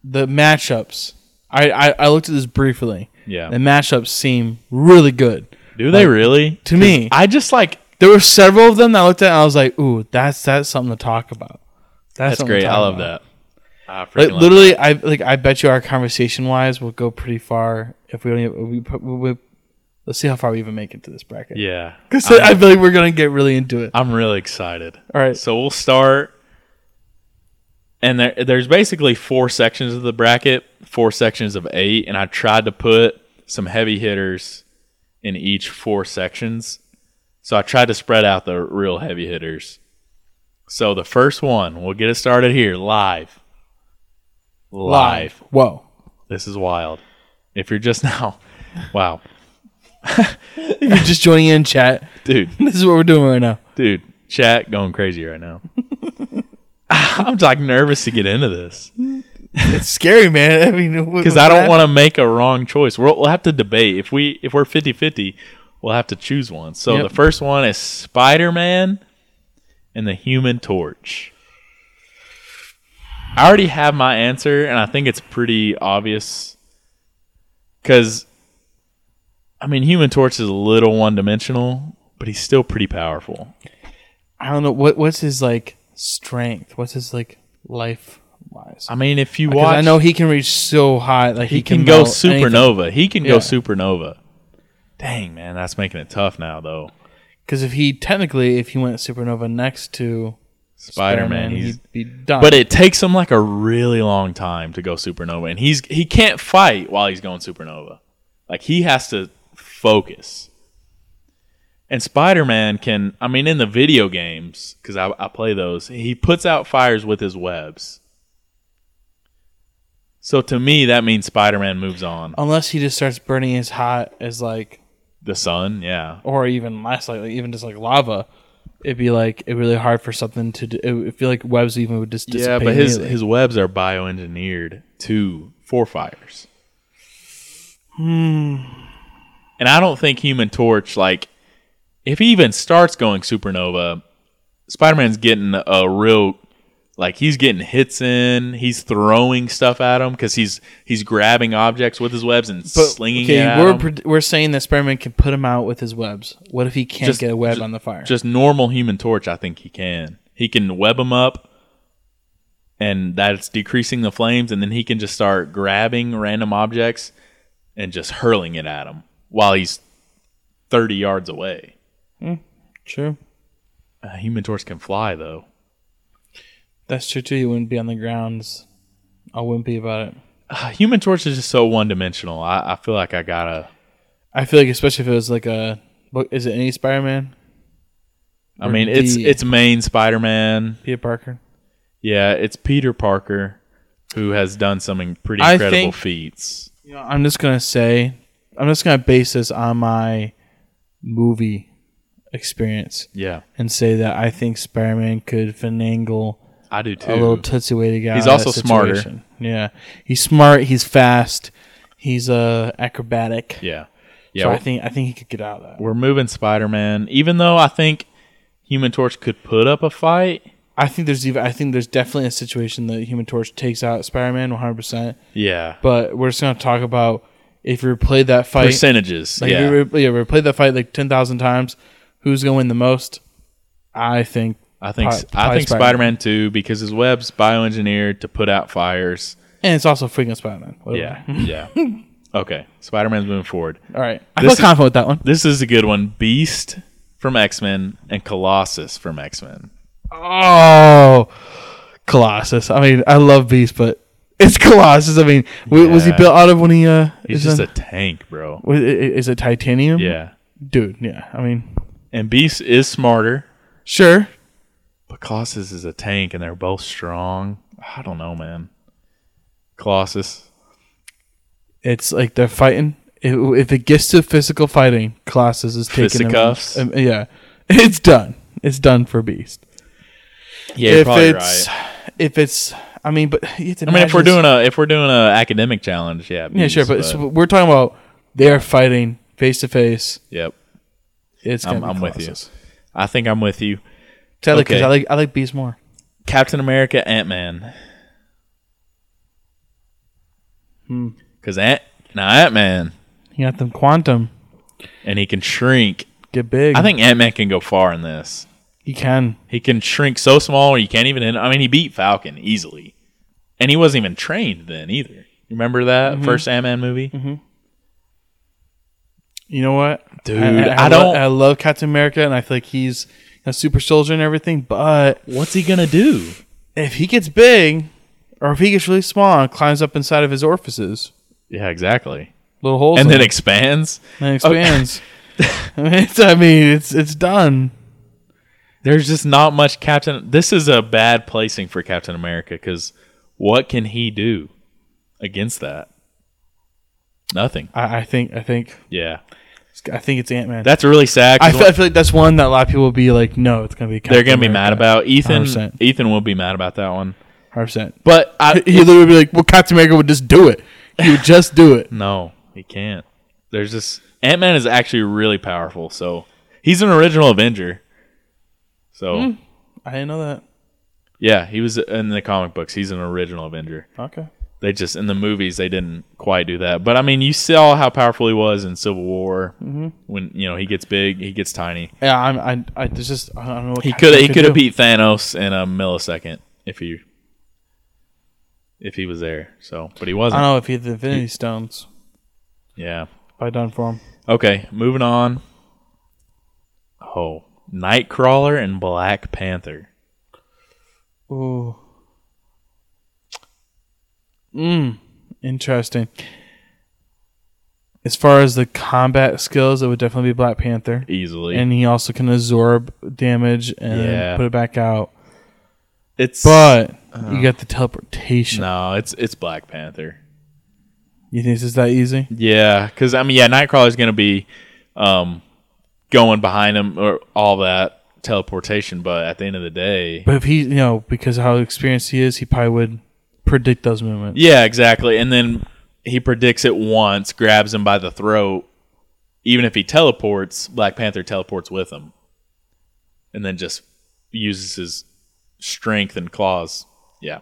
S2: the matchups. I, I, I looked at this briefly.
S1: Yeah.
S2: The matchups seem really good.
S1: Do they really?
S2: to me-
S1: I just like
S2: There were several of them that I looked at and I was like, ooh, that's that's something to talk about.
S1: That's
S2: something to
S1: great. I
S2: talk
S1: love that.
S2: about.
S1: I freaking
S2: Like
S1: love
S2: literally, I like I bet you our conversation wise will go pretty far if we don't. Even, we, put- we, we, let's see how far we even make it to this bracket.
S1: that. Yeah.
S2: 'Cause I, I feel like we're gonna get really into it.
S1: I'm really excited.
S2: All right.
S1: So we'll start. And there, there's basically four sections of the bracket, four sections of eight. And I tried to put some heavy hitters in each four sections. So I tried to spread out the real heavy hitters. So the first one, we'll get it started here live. Live.
S2: Whoa.
S1: This is wild. If you're just now, wow.
S2: If you're just joining in chat,
S1: Dude,
S2: this is what we're doing right now.
S1: dude chat going crazy right now i'm like nervous to get into this
S2: It's scary, man. I mean,
S1: because i don't want to make a wrong choice we'll, we'll have to debate if we if we're 50-50 we'll have to choose one so
S2: Yep.
S1: the first one is spider-man and the human torch i already have my answer and i think it's pretty obvious because i mean human torch is a little one-dimensional but he's still pretty powerful
S2: I don't know what what's his like strength. What's his like life wise?
S1: i mean if you watch
S2: I know he can reach so high. Like he,
S1: He can, go
S2: melt anything.
S1: supernova. He can go
S2: Yeah.
S1: supernova. Dang man, that's making it tough now though.
S2: Because if he technically, if he went supernova next to
S1: Spider Man,
S2: Spider-Man,
S1: he's
S2: he'd be done.
S1: but it takes him like a really long time to go supernova, and he's he can't fight while he's going supernova. Like he has to focus. And Spider Man can, I mean, in the video games because I, I play those, he puts out fires with his webs. So to me, that means Spider Man moves on.
S2: unless he just starts burning as hot as like
S1: The sun, yeah,
S2: or even less like even just like lava it'd be like it really hard for something to do it would feel like webs even would just dissipate
S1: Yeah, but his
S2: immediately.
S1: his webs are bioengineered to for fires. Hmm. And I don't think Human Torch, like, if he even starts going supernova, Spider Man's getting a real, like, he's getting hits in. He's throwing stuff at him because he's he's grabbing objects with his webs and
S2: But,
S1: slinging
S2: okay,
S1: it at
S2: we're
S1: him.
S2: pred- we're saying that Spider-Man can put him out with his webs what if he can't
S1: Just-
S2: get a web
S1: ju-
S2: on the fire
S1: Just normal Human Torch, I think he can. He can web them up, and that's decreasing the flames, and then he can just start grabbing random objects and just hurling it at him while he's 30 yards away.
S2: true
S1: Uh, human Torch can fly, though.
S2: that's true too you wouldn't be on the grounds I wouldn't be about it
S1: Uh, human Torch is just so one dimensional. I, I feel like I gotta.
S2: I feel like especially if it was like a what is it any Spider Man?
S1: I mean, it's
S2: D.
S1: it's main Spider Man.
S2: Peter Parker.
S1: Yeah, it's Peter Parker who has done some in- pretty
S2: I
S1: incredible
S2: think-
S1: feats.
S2: You know, I'm just gonna say I'm just gonna base this on my movie experience
S1: Yeah,
S2: and say that I think Spider Man could finagle
S1: I do too.
S2: a little tootsie way to get.
S1: He's
S2: out of
S1: also
S2: that
S1: smarter.
S2: situation. Yeah, he's smart. He's fast. He's uh acrobatic.
S1: yeah, yeah.
S2: Yeah, so I
S1: we're-
S2: think I think he could get out of that.
S1: we're moving Spider Man, even though I think Human Torch could put up a fight.
S2: I think there's even I think there's definitely a situation that Human Torch takes out Spider Man 100. percent
S1: Yeah,
S2: But we're just gonna talk about if you replayed that fight.
S1: percentages.
S2: Like
S1: yeah,
S2: if we, yeah, we played that fight like ten thousand times. Who's gonna win the most? I think.
S1: I think
S2: Pi-
S1: I
S2: Pi
S1: think
S2: Spider-Man.
S1: Spider Man too because his web's bioengineered to put out fires.
S2: And it's also freaking Spider Man.
S1: Yeah, yeah. Okay, Spider Man's moving forward.
S2: All right. I
S1: This
S2: feel
S1: is-
S2: confident with that one.
S1: This is a good one. Beast from X Men and Colossus from X Men.
S2: Oh, Colossus. I mean, I love Beast, but it's Colossus. I mean, w was he
S1: Yeah.
S2: built out of when he uh?
S1: He's
S2: is
S1: just
S2: a-
S1: a tank, bro.
S2: wa- i- i- is it titanium?
S1: Yeah,
S2: dude. Yeah. I mean,
S1: and Beast is smarter,
S2: sure.
S1: but Colossus is a tank, and they're both strong. I don't know, man. Colossus.
S2: It's like they're fighting. If, if it gets to physical fighting, Colossus is taking them.
S1: Fisticuffs.
S2: Um, yeah, it's done. It's done for Beast.
S1: Yeah,
S2: if it's if it's I mean, but you have to
S1: I mean, if
S2: imagine
S1: we're
S2: this-
S1: doing a if we're doing a academic challenge, yeah,
S2: yeah, sure,
S1: Beast,
S2: but, so we're talking about they're fighting face to face.
S1: yep,
S2: It's
S1: I'm,
S2: gonna be
S1: I'm with you.
S2: Colossus.
S1: I think I'm with you.
S2: Tell it 'cause
S1: Okay.
S2: I like I like bees more.
S1: Captain America, Ant Man.
S2: Hmm.
S1: Because Ant now Ant Man,
S2: You got them quantum
S1: and he can shrink.
S2: get big.
S1: I think Ant Man can go far in this.
S2: he can.
S1: He can shrink so small you can't even. hit- I mean, he beat Falcon easily, and he wasn't even trained then either. Remember that
S2: Mm-hmm.
S1: first Ant Man movie?
S2: You know what,
S1: Dude,
S2: I,
S1: I
S2: lo-
S1: don't-
S2: I love Captain America, and I feel like he's a super soldier and everything. But
S1: What's he gonna do?
S2: if he gets big, or if he gets really small and climbs up inside of his orifices,
S1: Yeah, exactly.
S2: little holes,
S1: And
S2: in
S1: then
S2: it,
S1: expands.
S2: and expands. it's, I mean, it's it's done.
S1: There's just not much Captain. This is a bad placing for Captain America because what can he do against that? Nothing.
S2: I, I think I think
S1: Yeah,
S2: I think it's Ant Man.
S1: that's really sad. 'cause
S2: I feel, I feel like that's one that a lot of people will be like, no, it's gonna be. Captain
S1: they're gonna be mad about Ethan.
S2: 100%.
S1: Ethan will be mad about that one.
S2: Hundred percent.
S1: But I
S2: He literally would be like, well, Captain America would just do it. He would just do it.
S1: no, he can't. There's just Ant Man is actually really powerful. So he's an original Avenger. So
S2: Hmm. I didn't know that.
S1: yeah, he was in the comic books. He's an original Avenger.
S2: Okay.
S1: they just in the movies they didn't quite do that. But I mean, you saw how powerful he was in Civil War when you know he gets big, he gets tiny.
S2: Yeah, I'm. I, I there's just I don't know. What
S1: He
S2: Captain
S1: could he
S2: America
S1: could have
S2: do.
S1: beat Thanos in a millisecond if he if he was there. So, but he
S2: I
S1: wasn't.
S2: don't know if he had the Infinity Stones.
S1: Yeah.
S2: By done for him.
S1: Okay, moving on. Oh, Nightcrawler and Black Panther.
S2: Ooh. Mm. Interesting. As far as the combat skills, it would definitely be Black Panther.
S1: Easily,
S2: And he also can absorb damage and
S1: Yeah.
S2: put it back out.
S1: it's
S2: But you got the teleportation.
S1: no, it's it's Black Panther.
S2: You think it's that easy?
S1: Yeah, because I mean, yeah, Nightcrawler's going to be um, going behind him or all that teleportation, but at the end of the day,
S2: But if he, you know, because of how experienced he is, he probably would predict those movements.
S1: yeah, exactly. And then he predicts it once, grabs him by the throat. Even if he teleports, Black Panther teleports with him, and then just uses his strength and claws. Yeah,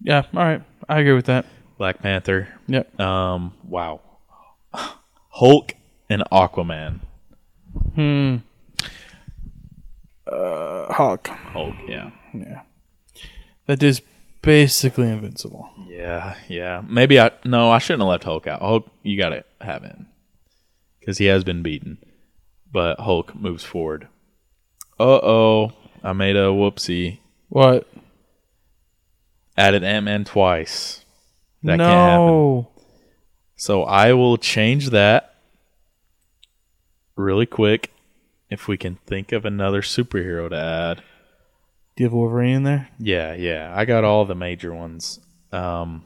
S2: Yeah. All right. I agree with that.
S1: Black Panther.
S2: Yep.
S1: Um, wow, Hulk and Aquaman.
S2: Hawk.
S1: Hulk. Yeah.
S2: That is basically invincible.
S1: Yeah, yeah. Maybe I no, I shouldn't have left Hulk out. Hulk, you got to have in because he has been beaten. But Hulk moves forward. Uh oh, I made a whoopsie.
S2: What?
S1: Added Ant Man twice. That can't happen.
S2: no.
S1: So I will change that really quick if we can think of another superhero to add.
S2: Do you have Wolverine in there?
S1: Yeah, yeah. I got all the major ones. Um,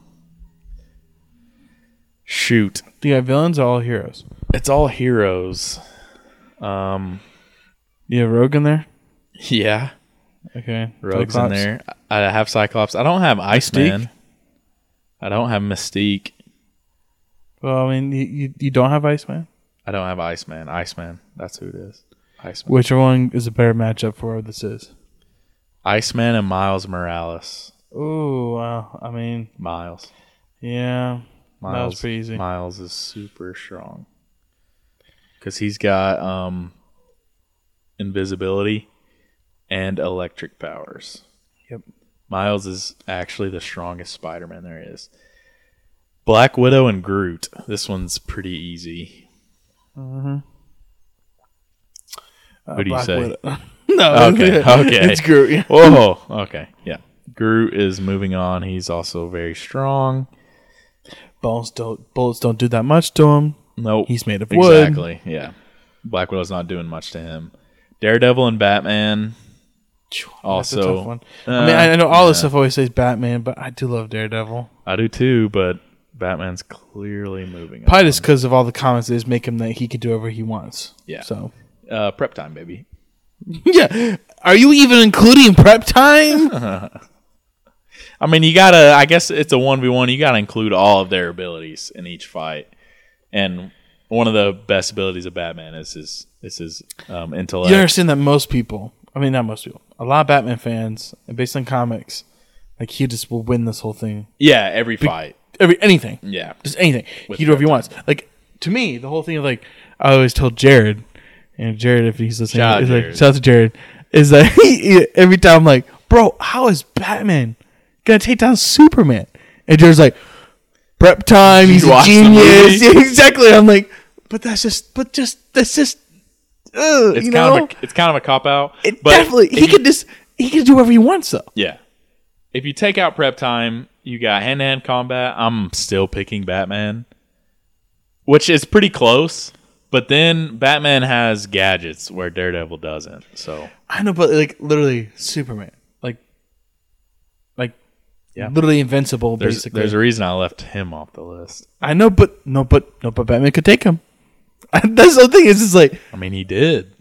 S1: shoot.
S2: Do you have villains or all heroes?
S1: It's all heroes. Um,
S2: Do you have Rogue in there?
S1: yeah.
S2: Okay.
S1: Rogue's
S2: Cyclops.
S1: in there. I I have Cyclops. I don't have Iceman. I don't have Mystique.
S2: Well, I mean, you, you, you don't have Iceman?
S1: I don't have Iceman. Iceman. That's who it is. Iceman.
S2: Which one is a better matchup for this is?
S1: Iceman and Miles Morales.
S2: Oh, wow. I mean,
S1: Miles.
S2: yeah.
S1: Miles.
S2: That was pretty easy.
S1: Miles is super strong. Because he's got um, invisibility and electric powers.
S2: Yep.
S1: Miles is actually the strongest Spider Man there is. Black Widow and Groot. This one's pretty easy.
S2: Uh,
S1: Who do you
S2: Mm-hmm. Black
S1: say?
S2: Widow. no.
S1: Okay, okay.
S2: It's Groot. Yeah.
S1: Whoa. Okay. Yeah. Groot is moving on. He's also very strong.
S2: Bones don't, bullets don't do that much to him.
S1: Nope.
S2: He's made of wood.
S1: exactly. Yeah. Black Widow's not doing much to him. Daredevil and Batman.
S2: That's a
S1: Also- uh,
S2: tough one. I mean, I I know all this stuff always says Batman, but I do love Daredevil.
S1: I do too, but Batman's clearly moving on.
S2: Probably just because of all the comments that just make him that he could do whatever he wants.
S1: Yeah.
S2: So.
S1: Uh, prep time, baby.
S2: Yeah. Are you even including prep time?
S1: I mean, you gotta. I guess it's a one v one. You gotta include all of their abilities in each fight. And one of the best abilities of Batman is his is his um, intellect.
S2: you understand that most people, I mean, not most people, a lot of Batman fans, and based on comics, like he just will win this whole thing.
S1: yeah, every fight.
S2: Every anything,
S1: Yeah,
S2: just anything.
S1: With
S2: he can do whatever he
S1: prep
S2: wants. Like to me, the whole thing of like I always told Jared, and Jared, if he's listening,
S1: Shout out
S2: is like
S1: Jared.
S2: shout out to Jared, is that he, he- every time I'm like, bro, how is Batman gonna take down Superman? And Jared's like, prep time. He's a
S1: watch the
S2: genius.
S1: movie?
S2: exactly. I'm like, but that's just, but just that's just. Ugh,
S1: it's kind
S2: you know?
S1: of a, it's kind of a cop out.
S2: It definitely he could just he could do whatever he wants though.
S1: Yeah. If you take out prep time, you got hand to hand combat. I'm still picking Batman, which is pretty close. But then Batman has gadgets where Daredevil doesn't. So
S2: I know, but like literally Superman, like, like,
S1: Yeah.
S2: literally invincible.
S1: there's
S2: basically,
S1: there's a reason I left him off the list.
S2: I know, but no, but no, but Batman could take him. That's the thing. It's just like
S1: I mean, he did.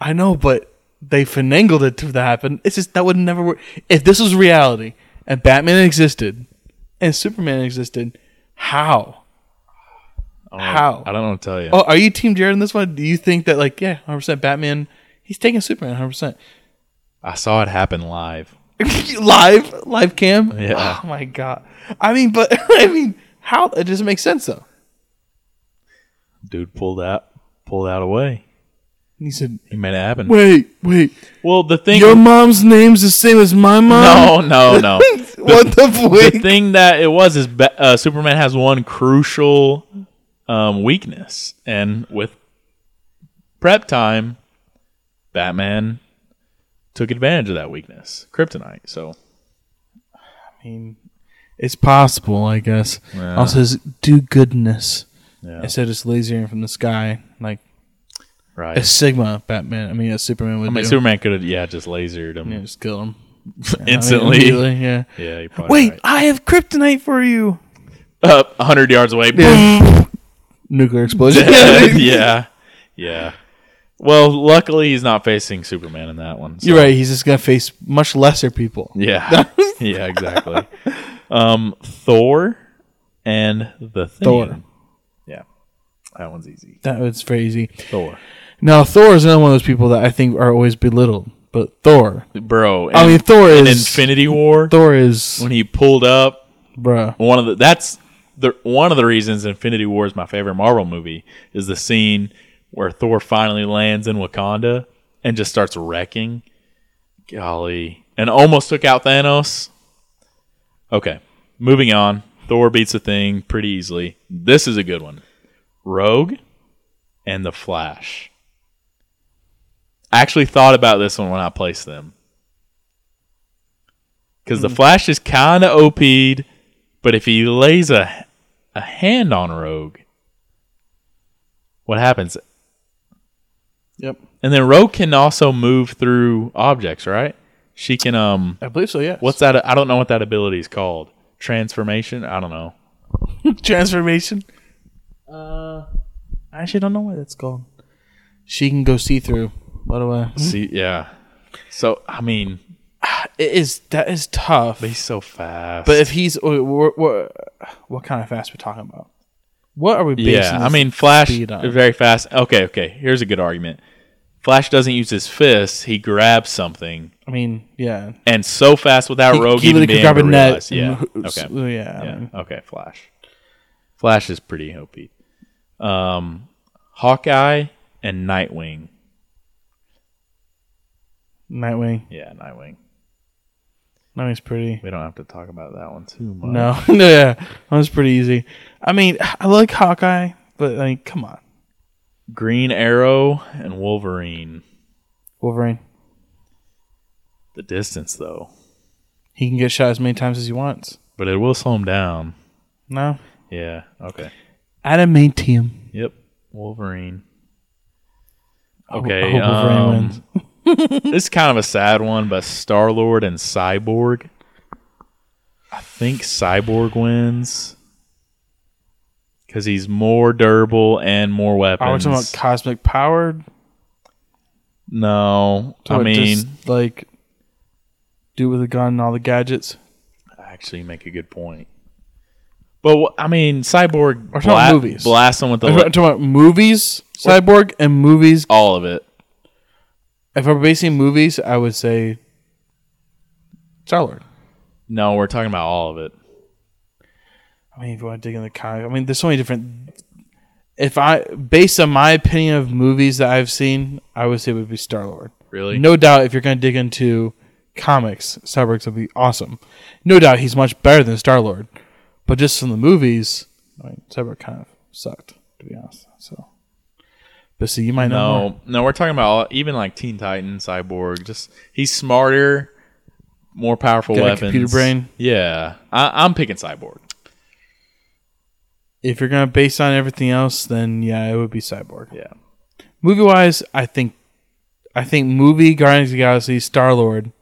S2: I know, but they finagled it to that happen. It's just that would never work. If this was reality and Batman existed and Superman existed, how?
S1: I don't know-
S2: How?
S1: I don't know what to tell you.
S2: Oh, are you Team Jared in this one? Do you think that like yeah, hundred percent Batman? He's taking Superman, hundred percent.
S1: I saw it happen live.
S2: live live cam
S1: Yeah.
S2: oh my god i mean but i mean how it doesn't make sense though
S1: Dude pulled out pulled out away.
S2: and he said
S1: He made it happen.
S2: wait wait
S1: Well, the thing.
S2: your mom's name's the same as my mom
S1: no, no, no.
S2: what the,
S1: the
S2: flick
S1: thing that it was is ba- uh, Superman has one crucial um, weakness, and with prep time, Batman took advantage of that weakness, kryptonite. So
S2: i mean it's possible i guess also is do goodness
S1: yeah,
S2: instead of just lasering from the sky like
S1: right.
S2: a sigma batman i mean a superman would
S1: I mean,
S2: do.
S1: Superman could have yeah just lasered him
S2: yeah, just kill him
S1: instantly.
S2: I mean, immediately, yeah
S1: yeah, you're probably
S2: wait
S1: right.
S2: i have kryptonite for you
S1: up hundred yards away.
S2: nuclear explosion
S1: yeah, yeah. Well, luckily he's not facing Superman in that one. so-
S2: You're right. He's just gonna face much lesser people.
S1: Yeah. yeah, exactly. Um, Thor and the Thing.
S2: Thor.
S1: Yeah. That one's easy.
S2: That was very easy.
S1: Thor.
S2: Now Thor is another one of those people that I think are always belittled. But Thor,
S1: Bro,
S2: I
S1: in-
S2: mean Thor
S1: in
S2: is
S1: Infinity War
S2: Thor is
S1: when he pulled up
S2: bruh.
S1: one of the that's the one of the reasons Infinity War is my favorite Marvel movie is the scene where Thor finally lands in Wakanda and just starts wrecking. Golly. And almost took out Thanos. Okay. Moving on. Thor beats the thing pretty easily. This is a good one. Rogue and the Flash. I actually thought about this one when I placed them. Because the Flash is kind of OP'd, but if he lays a, a hand on Rogue, what happens?
S2: Yep.
S1: And then Rogue can also move through objects, right? She can um
S2: I believe so, yeah.
S1: what's that I don't know what that ability is called. Transformation? I don't know.
S2: transformation? Uh I actually don't know what that's called. She can go see through. By the way.
S1: See yeah. So I mean,
S2: It is that is tough.
S1: he's so fast.
S2: But if he's what, what, what kind of fast we're talking about? What are we basing?
S1: yeah, I
S2: this-
S1: mean Flash
S2: speed on.
S1: is very fast. Okay, okay. Here's a good argument. Flash doesn't use his fists, he grabs something
S2: I mean, yeah.
S1: and so fast without Rogue
S2: he literally
S1: even
S2: could
S1: being
S2: grab a
S1: able to
S2: net.
S1: realize. Yeah.
S2: and-
S1: Okay.
S2: so, yeah. I
S1: Yeah.
S2: mean,
S1: Okay. Flash. Flash is pretty OP. Um, Hawkeye and Nightwing.
S2: Nightwing.
S1: Yeah, Nightwing.
S2: Nightwing's pretty.
S1: We don't have to talk about that one too much.
S2: No, no, yeah, that was pretty easy. I mean, I like Hawkeye, but I mean, come on,
S1: Green Arrow and Wolverine.
S2: Wolverine.
S1: The distance though,
S2: He can get shot as many times as he wants.
S1: but it will slow him down.
S2: No,
S1: Yeah. Okay.
S2: adamantium.
S1: Yep. Wolverine.
S2: hope-
S1: Okay.
S2: I hope Wolverine
S1: um,
S2: wins.
S1: this is kind of a sad one, but Star Lord and Cyborg. I think Cyborg wins because he's more durable and more weapons.
S2: Are we Oh, talking about cosmic power?
S1: no, I
S2: Or
S1: mean,
S2: just, like, do with a gun and all the gadgets.
S1: actually, you make a good point. But wh- I mean, Cyborg
S2: Or talking
S1: bla-
S2: movies.
S1: blast him with the
S2: I'm
S1: le-
S2: talking about movies, cyborg, and movies.
S1: all of it.
S2: If we're basing movies, I would say Star Lord.
S1: No, we're talking about all of it.
S2: I mean, if you want to dig in the comic, I mean, there's so many different. If I, based on my opinion of movies that I've seen, I would say it would be Star Lord.
S1: Really?
S2: No doubt, if you're going to dig into comics, Cyborg's would be awesome. No doubt, he's much better than Star Lord. But just from the movies, I mean, Cyborg kind of sucked, to be honest. So, but see, you might know. more.
S1: No, no, we're talking about all, even like Teen Titan, Cyborg. Just he's smarter, more powerful
S2: Got a
S1: weapons.
S2: computer brain.
S1: Yeah, I, I'm picking Cyborg.
S2: If you're going to base on everything else, then yeah, it would be Cyborg.
S1: Yeah,
S2: movie wise, I think I think movie Guardians of the Galaxy Star Lord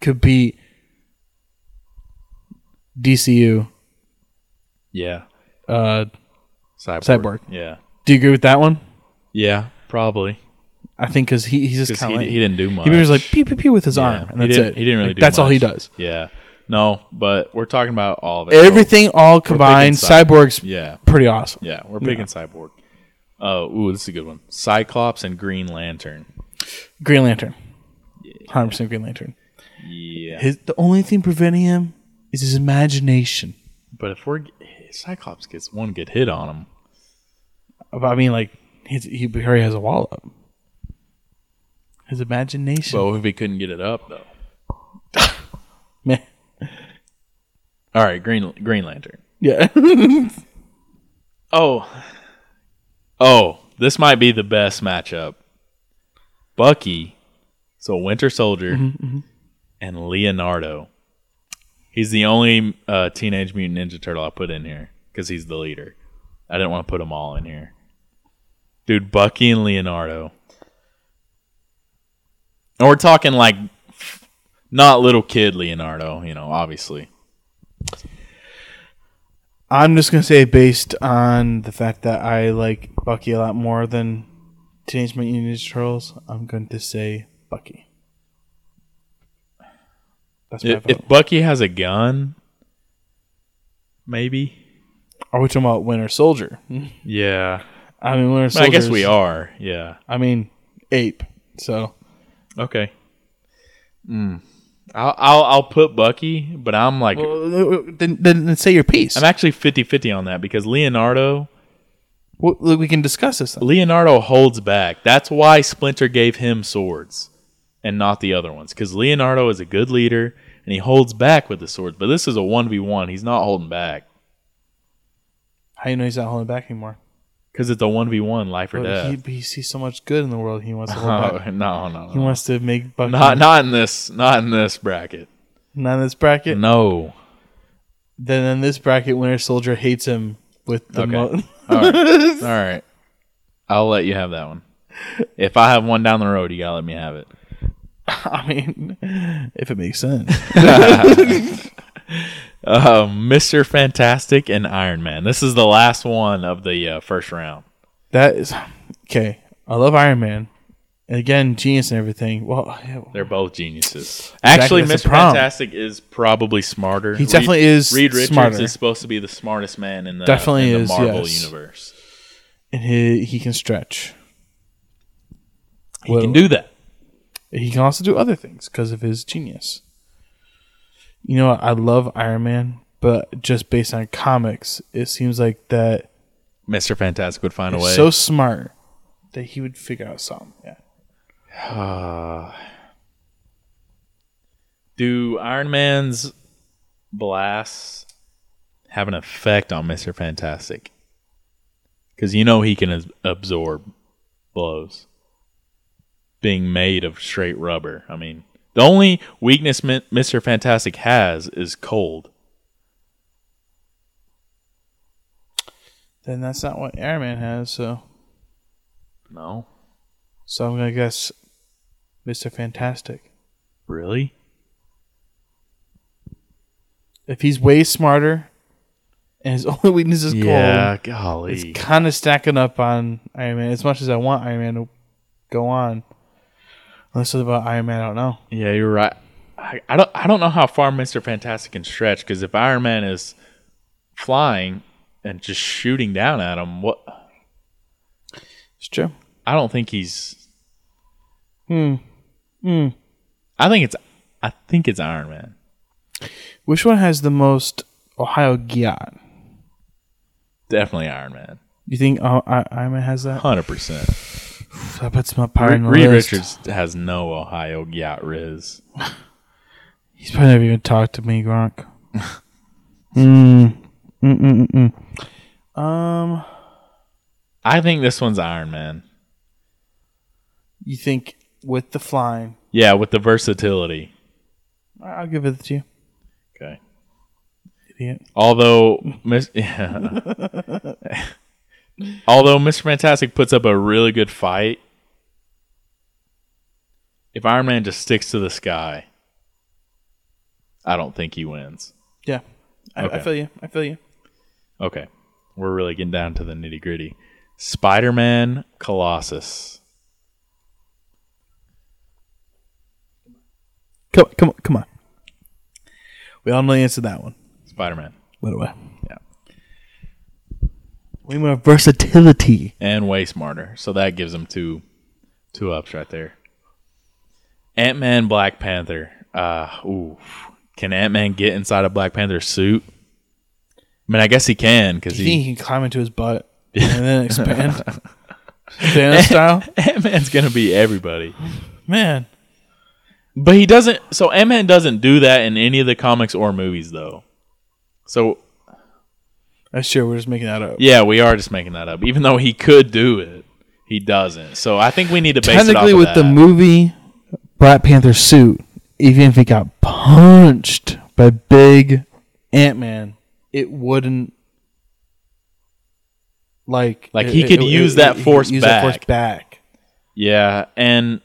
S2: could beat DCU.
S1: yeah,
S2: Uh,
S1: Cyborg.
S2: Cyborg.
S1: Yeah,
S2: do you agree with that one?
S1: yeah, probably
S2: I think because he he's just
S1: because
S2: kind
S1: he,
S2: of like,
S1: he didn't do much.
S2: he was like pew pew pew with his
S1: Yeah,
S2: arm, and
S1: he
S2: that's
S1: didn't-
S2: it.
S1: He didn't really.
S2: Like,
S1: do
S2: that's all
S1: much.
S2: he does.
S1: Yeah, no, but we're talking about all of it.
S2: Everything all combined,
S1: Cyborg.
S2: Cyborg's
S1: yeah,
S2: pretty awesome.
S1: yeah, we're picking Cyborg. Oh, ooh, this is a good one. Cyclops and Green Lantern.
S2: Green Lantern, hundred percent Green Lantern.
S1: Yeah,
S2: His the only thing preventing him is his imagination.
S1: but if we're Cyclops gets one good hit on him.
S2: I mean, like his, he already has a wall up. His imagination.
S1: Well, if he couldn't get it up though.
S2: Meh.
S1: All right, Green Green Lantern.
S2: Yeah.
S1: Oh, oh, this might be the best matchup. Bucky, so Winter Soldier, and Leonardo. He's the only uh, Teenage Mutant Ninja Turtle I put in here because he's the leader. I didn't want to put them all in here. Dude, Bucky and Leonardo. And we're talking like not little kid Leonardo, you know, obviously.
S2: I'm just gonna say based on the fact that I like Bucky a lot more than Teenage Mutant Ninja Turtles, I'm going to say Bucky. That's my
S1: If,
S2: vote.
S1: if Bucky has a gun, maybe.
S2: Are we talking about Winter Soldier? Mm-hmm.
S1: Yeah.
S2: I mean, Winter
S1: I
S2: Soldier.
S1: guess we are. Yeah.
S2: I mean, ape. So
S1: Okay. Mm. I'll, I'll I'll put Bucky, but I'm like
S2: then, then, then say your piece.
S1: I'm actually 50-50 on that because Leonardo
S2: Well, look, we can discuss this. Then.
S1: Leonardo holds back. That's why Splinter gave him swords and not the other ones cuz Leonardo is a good leader and he holds back with the swords. But this is a 1v1. He's not holding back
S2: How you know he's not holding back anymore?
S1: cuz it's a 1v1 life or
S2: But
S1: death.
S2: he, he sees so much good in the world. He wants to hold
S1: Oh,
S2: back.
S1: no, no, no.
S2: He wants to make Bucky
S1: Not not in this not in this bracket.
S2: not in this bracket.
S1: Mm. No.
S2: Then in this bracket, Winter Soldier hates him with the
S1: Okay.
S2: mo-
S1: All right. All right. I'll let you have that one. If I have one down the road, you gotta let me have it.
S2: I mean, if it makes sense.
S1: Uh, Mister Fantastic and Iron Man. This is the last one of the uh, first round.
S2: That is okay. I love Iron Man. And again, genius and everything. Well, yeah,
S1: They're both geniuses. Actually,
S2: that's the
S1: Mister
S2: problem.
S1: Fantastic is probably smarter.
S2: He definitely is
S1: Reed Richards
S2: smarter.
S1: is supposed to be the smartest man in the
S2: Definitely
S1: in the
S2: is,
S1: Marvel
S2: yes.
S1: universe.
S2: and he he can stretch.
S1: He
S2: Well-
S1: can do that.
S2: He can also do other things because of his genius. You know, I love Iron Man, but just based on comics, it seems like that
S1: Mister Fantastic would find a way.
S2: he's so smart that he would figure out something. Yeah.
S1: Uh, Do Iron Man's blasts have an effect on Mister Fantastic? Because you know he can as- absorb blows. Being made of straight rubber. I mean, the only weakness Mister Fantastic has is cold.
S2: Then that's not what Iron Man has. So,
S1: No,
S2: so I'm gonna guess Mister Fantastic.
S1: really?
S2: If he's way smarter, and his only weakness is cold.
S1: Yeah, golly.
S2: It's kind of stacking up on Iron Man. As much as I want Iron Man to go on, unless it's about Iron Man, I don't know.
S1: Yeah, you're right. I, I don't I don't know how far Mister Fantastic can stretch because if Iron Man is flying and just shooting down at him, what
S2: It's true.
S1: I don't think he's. Hmm. Hmm. I think it's I think it's Iron Man.
S2: Which one has the most Ohio Giat?
S1: Definitely Iron Man.
S2: You think uh, I- Iron Man has that?
S1: Hundred percent.
S2: That puts him up higher in the
S1: Reed
S2: list.
S1: Richards has no Ohio yacht riz.
S2: He's probably never even talked to me, Gronk. mm. Mm-mm-mm. Um,
S1: I think this one's Iron Man.
S2: you think with the flying?
S1: Yeah, with the versatility.
S2: I- I'll give it to you,
S1: Okay.
S2: idiot.
S1: Although, Mis- although Mr. Fantastic puts up a really good fight, if Iron Man just sticks to the sky, I don't think he wins.
S2: Yeah, I, I
S1: Okay.
S2: feel you. I feel you.
S1: Okay, we're really getting down to the nitty gritty. Spider Man Colossus.
S2: Come, come, on, come on. We all know the answer to that one.
S1: Spider Man.
S2: By the way.
S1: Yeah.
S2: Way more versatility.
S1: and way smarter. So that gives them two two ups right there. Ant Man, Black Panther. Uh, ooh, can Ant Man get inside a Black Panther suit? I mean, I guess he can because
S2: Do you think
S1: he
S2: he can climb into his butt and then expand? Thanos style?
S1: Ant Man's gonna be everybody,
S2: Man.
S1: but he doesn't. So Ant Man doesn't do that in any of the comics or movies, though. So
S2: That's true. We're just making that up.
S1: yeah, we are just making that up, even though he could do it. He doesn't. So I think we need to base
S2: Technically,
S1: it off
S2: with
S1: of
S2: the
S1: that.
S2: movie Black Panther suit, even if it got punched by Big Ant Man, it wouldn't. Like,
S1: Like,
S2: it-
S1: he
S2: it-
S1: could
S2: it-
S1: use
S2: it-
S1: that
S2: he could
S1: force
S2: use that force
S1: back.
S2: back.
S1: Yeah, and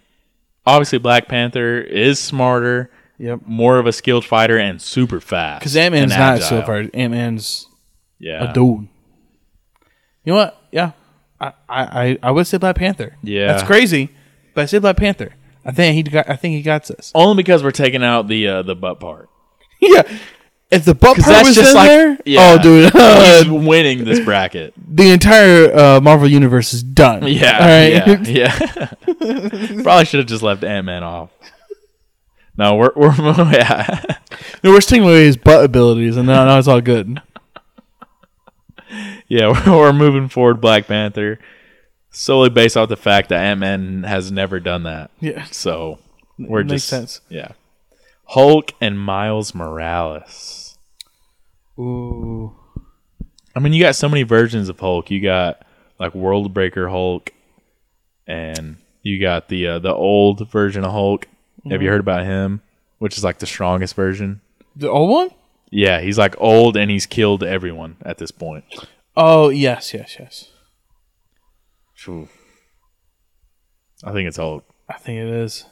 S1: obviously Black Panther is smarter,
S2: Yep.
S1: more of a skilled fighter, and super fast.
S2: Because Ant Man's
S1: and
S2: not
S1: agile.
S2: so far. Ant Man's
S1: Yeah,
S2: a dude. You know what? Yeah, I, I, I- I would say Black Panther.
S1: Yeah.
S2: that's crazy, but I say Black Panther. I think he got. I think he got this.
S1: only because we're taking out the uh, the butt part.
S2: yeah, if the butt part
S1: that's
S2: was
S1: just
S2: in
S1: like-
S2: there,
S1: yeah.
S2: oh dude,
S1: He's winning this bracket.
S2: the entire uh, Marvel universe is done.
S1: Yeah,
S2: all right.
S1: yeah, yeah. Probably should have just left Ant Man off. No, we're we're yeah.
S2: No, we're taking away his butt abilities, and now, now it's all good.
S1: Yeah, we're, we're moving forward Black Panther solely based off the fact that Ant Man has never done that.
S2: Yeah.
S1: So we're
S2: makes
S1: just
S2: sense.
S1: Yeah. Hulk and Miles Morales.
S2: Ooh,
S1: I mean, you got so many versions of Hulk. You got like World Breaker Hulk, and you got the uh, the old version of Hulk. Have you
S2: Mm-hmm.
S1: heard about him? Which is like the strongest version.
S2: the old one?
S1: Yeah, he's like old and he's killed everyone at this point.
S2: Oh yes, yes, yes.
S1: I think it's old.
S2: I think it is.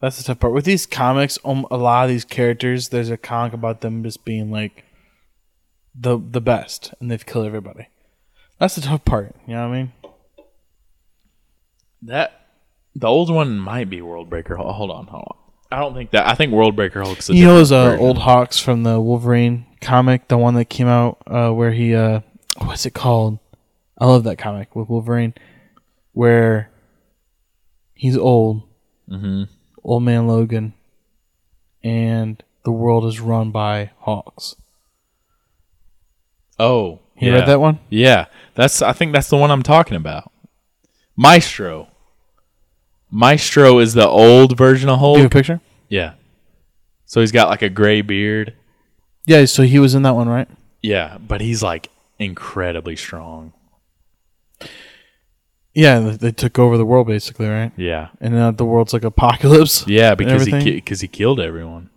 S2: That's the tough part with these comics. Um, a lot of these characters, there's a comic about them just being like the the best, and they've killed everybody. That's the tough part. You know what I mean?
S1: That the old one might be World Breaker. Hul- Hold on, hold on. I don't think that. I think World Breaker Hulk's. A
S2: you
S1: different
S2: know, those uh,
S1: version.
S2: old Hawks from the Wolverine comic, the one that came out uh, where he, uh, what's it called? I love that comic with Wolverine, where he's old, Mm-hmm.
S1: Mhm.
S2: old man Logan, and the world is run by hawks.
S1: Oh,
S2: You
S1: yeah.
S2: read that one?
S1: Yeah, that's. I think that's the one I'm talking about. Maestro. Maestro is the old version of
S2: Do you
S1: Hulk.
S2: have a picture?
S1: Yeah. So he's got like a gray beard.
S2: Yeah, so he was in that one, right?
S1: Yeah, but he's like incredibly strong.
S2: Yeah, they- they took over the world basically, right?
S1: Yeah.
S2: And now the world's like apocalypse.
S1: Yeah, because he
S2: everything?
S1: because he killed everyone.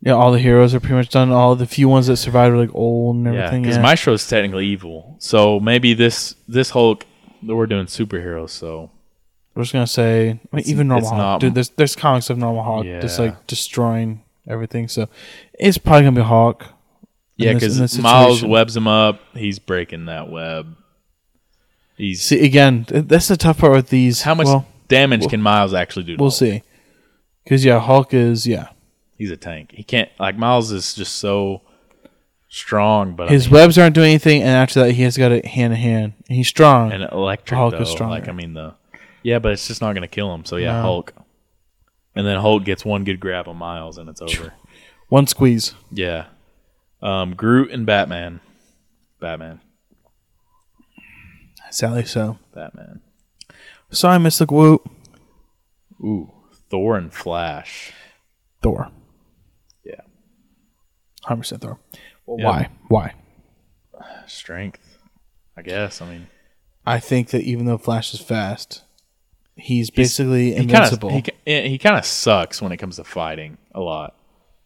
S2: Yeah, all the heroes are pretty much done. All the few ones that survived are like old and
S1: Yeah,
S2: everything.
S1: because Maestro is technically evil. So maybe this this Hulk we're doing superheroes. So
S2: We're just gonna say I mean, even normal
S1: it's
S2: Hulk,
S1: not-
S2: dude. There's there's comics of normal Hulk just
S1: Yeah.
S2: like destroying everything. So it's probably gonna be Hulk.
S1: yeah,
S2: this- in
S1: because
S2: this
S1: Miles
S2: situation.
S1: webs him up. He's breaking that web. He's
S2: See again, th- that's the tough part with these.
S1: how much
S2: Well,
S1: damage can Miles actually do? To
S2: we'll
S1: Hulk?
S2: see. Because yeah, Hulk is yeah.
S1: He's a tank. He can't like Miles is just so strong, but I
S2: His
S1: mean,
S2: webs aren't doing anything, and after that, he has got it hand to hand. And he's strong.
S1: and electric
S2: Hulk
S1: though.
S2: is stronger.
S1: Like I mean the yeah, but it's just not gonna kill him. So yeah, Hulk. And then Hulk gets one good grab on Miles, and it's over.
S2: One squeeze.
S1: Yeah. Um, Groot and Batman. Batman.
S2: Sally. So
S1: Batman.
S2: sorry, Mister Woot.
S1: Ooh. Thor and Flash.
S2: Thor.
S1: Yeah.
S2: Hundred percent Thor. Well,
S1: Yeah.
S2: Why? Why?
S1: Strength. I guess. I mean,
S2: I think that even though Flash is fast, he's basically
S1: he kind of
S2: invincible.
S1: he, ki- eh, he kind of sucks when it comes to fighting a lot.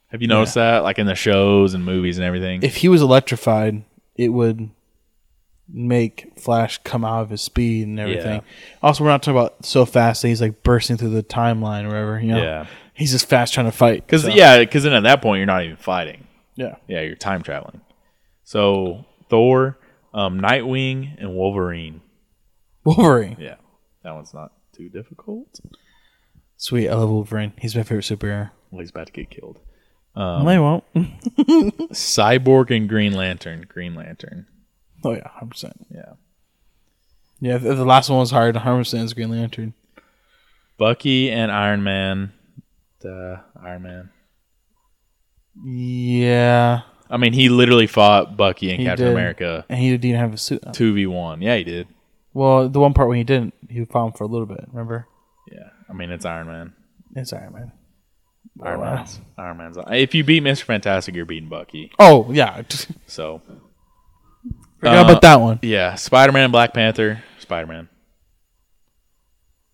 S1: Have you noticed that? Like in the shows and movies and everything.
S2: if he was electrified, it would make Flash come out of his speed and everything. Also, we're not talking about so fast that he's like bursting through the timeline or whatever. You know?
S1: Yeah.
S2: he's just fast trying to fight.
S1: Because
S2: so-
S1: yeah, because then at that point you're not even fighting.
S2: yeah,
S1: Yeah, you're time traveling. So Thor, um, Nightwing, and Wolverine.
S2: Wolverine.
S1: Yeah, that one's not too difficult.
S2: Sweet, I love Wolverine. He's my favorite superhero.
S1: Well, he's about to get killed. Um,
S2: no, he won't.
S1: Cyborg and Green Lantern. Green Lantern.
S2: oh yeah, hundred percent.
S1: Yeah.
S2: Yeah, if, if the last one was hard, hundred percent is Green Lantern.
S1: Bucky and Iron Man. Duh, Iron Man.
S2: Yeah,
S1: I mean, he literally fought Bucky and
S2: He
S1: Captain
S2: did.
S1: America
S2: and he didn't have a suit. On.
S1: 2v1. Yeah, he did.
S2: Well, the one part when he didn't, he found for a little bit. Remember?
S1: Yeah. I mean, it's Iron Man.
S2: It's Iron Man.
S1: Iron Man's. Iron Man's. If you beat Mr. Fantastic, you're beating Bucky.
S2: Oh yeah, forgot
S1: So, Uh,
S2: about that one.
S1: yeah. Spider Man, Black Panther, Spider Man.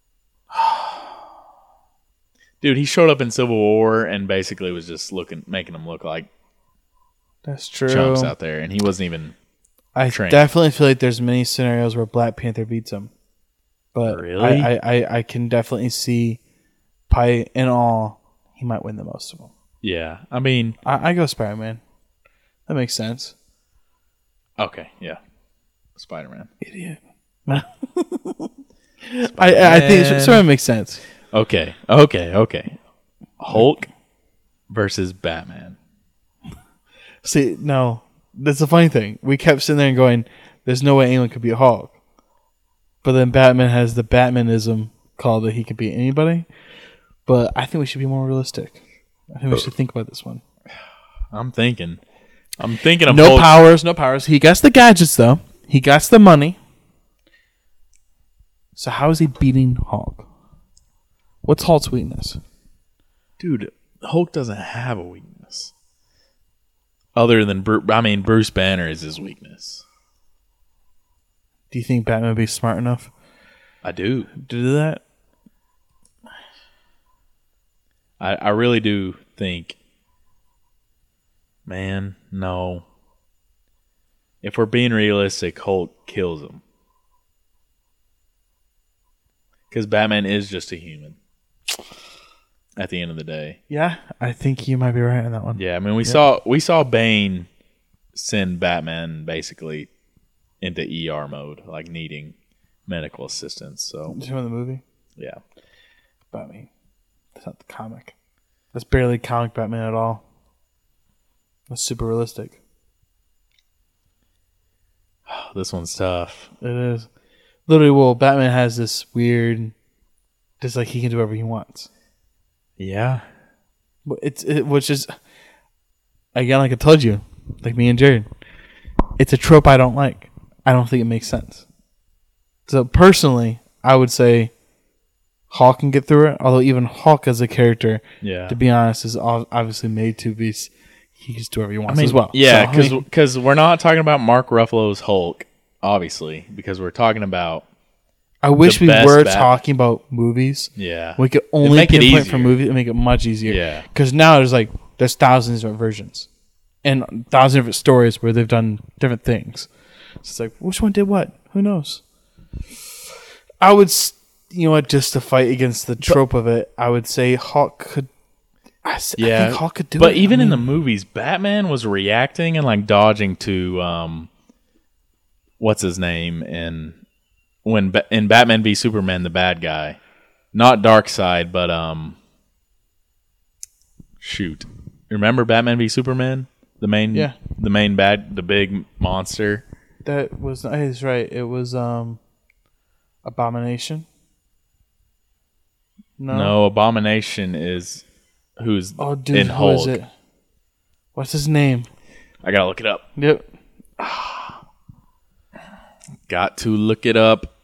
S1: Dude, he showed up in Civil War and basically was just looking, making them look like
S2: That's true.
S1: chumps out there, and he wasn't even
S2: I
S1: train.
S2: definitely feel like there's many scenarios where Black Panther beats him, but
S1: Really?
S2: I, I, I, I can definitely see, probably in all, he might win the most of them.
S1: Yeah, I mean,
S2: I, I go Spider Man. That makes sense.
S1: okay, yeah, Spider Man.
S2: Idiot. I, I I think
S1: Spider-Man.
S2: Spider Man makes sense.
S1: Okay, okay, okay. Hulk versus Batman.
S2: See, no, that's the funny thing. We kept sitting there and going, "There's no way anyone could beat Hulk," but then Batman has the Batmanism call that he could beat anybody. But I think we should be more realistic. I think we should think about this one.
S1: I'm thinking, I'm thinking of
S2: No
S1: Hulk.
S2: powers, no powers. He gets the gadgets though. He gets the money. So how is he beating Hulk? What's Hulk's weakness?
S1: Dude, Hulk doesn't have a weakness. Other than Bru- I mean, Bruce Banner is his weakness.
S2: Do you think Batman would be smart enough
S1: I do.
S2: to do that?
S1: I, I really do think. Man, no. If we're being realistic, Hulk kills him. because Batman is just a human. At the end of the day,
S2: Yeah, I think you might be right on that one.
S1: yeah. I mean, we saw we saw Bane send Batman basically into ER mode, like needing medical assistance. So
S2: Did you remember the movie?
S1: yeah,
S2: Batman. That's not the comic. That's barely comic Batman at all. That's super realistic.
S1: this one's tough.
S2: It is. Literally, well, Batman has this weird, just like he can do whatever he wants.
S1: Yeah,
S2: But It's it, which is, again, like I told you, like me and Jared, it's a trope I don't like. I don't think it makes sense. So personally, I would say Hawk can get through it. Although even Hawk as a character,
S1: yeah.
S2: to be honest, is ob- obviously made to be. s- He can just do whatever he wants as well.
S1: Yeah,
S2: So, I
S1: because
S2: mean,
S1: we're not talking about Mark Ruffalo's Hulk, obviously, because we're talking about
S2: I wish
S1: the
S2: we
S1: best
S2: were
S1: Bat-
S2: talking about movies.
S1: yeah,
S2: We could only
S1: make it
S2: pinpoint from
S1: easier.
S2: movies and make it much easier.
S1: Yeah.
S2: Because now there's like there's thousands of different versions, and thousands of different stories where they've done different things. So it's like which one did what? Who knows? I would, s- you know, what just to fight against the trope of it, I would say Hawk could. I, s- I
S1: yeah.
S2: think Hawk could do
S1: but
S2: it.
S1: even in the movies, Batman was reacting and like dodging to um, what's his name in when ba- in Batman v Superman the bad guy, not Dark Side, but um, shoot, remember Batman v Superman, the main
S2: Yeah.
S1: the main bad the big monster.
S2: that was he's right. It was um, abomination.
S1: No, Abomination is who's
S2: Oh, dude,
S1: in
S2: who
S1: Hulk.
S2: is it? What's his name?
S1: I gotta look it up.
S2: Yep.
S1: Got to look it up.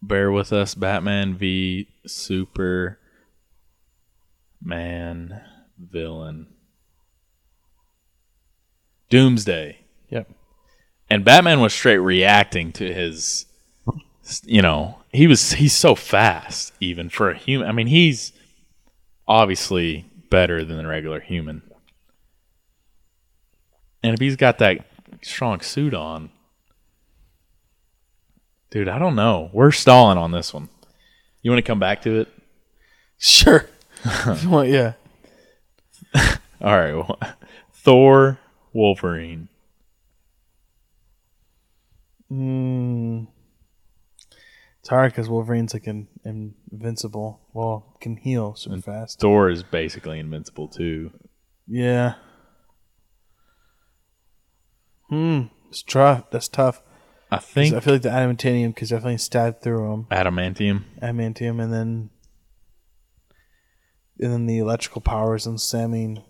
S1: Bear with us. Batman v Super Man villain. Doomsday.
S2: Yep.
S1: And Batman was straight reacting to his you know, he was he's so fast even for a human. I mean, he's obviously better than the regular human. And if he's got that strong suit on, dude, I don't know. We're stalling on this one. You want to come back to it?
S2: Sure. If you want, yeah.
S1: All right. Well, Thor, Wolverine.
S2: It's hard because Hmm. Wolverine's like an invincible. Well, can heal super fast.
S1: Thor is basically invincible too.
S2: Yeah. Hmm. It's tough. That's tough.
S1: I
S2: 'Cause
S1: think
S2: I feel like the adamantium because definitely stabbed through him.
S1: adamantium.
S2: Adamantium, and then and then the electrical powers and Sammy.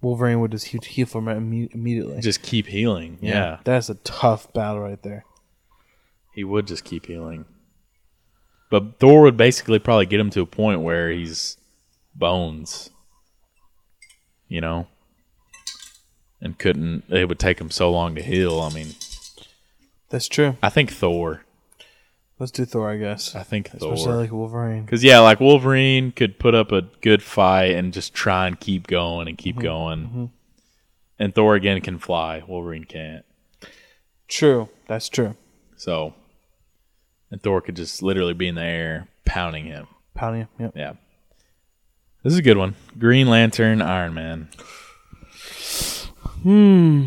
S2: Wolverine would just heal, heal from it imme- immediately.
S1: Just keep healing. yeah.
S2: That's a tough battle right there.
S1: He would just keep healing. But Thor would basically probably get him to a point where he's bones. You know? And couldn't it would take him so long to heal. I mean
S2: That's true.
S1: I think Thor.
S2: Let's do Thor, I guess.
S1: I think
S2: Especially
S1: Thor.
S2: like Wolverine.
S1: Because yeah, like Wolverine could put up a good fight and just try and keep going and
S2: Mm-hmm.
S1: keep going. And Thor again can fly. Wolverine can't.
S2: True. That's true.
S1: So and Thor could just literally be in the air pounding him.
S2: Pounding. Yep.
S1: Yeah. This is a good one. Green Lantern, Iron Man. Hmm.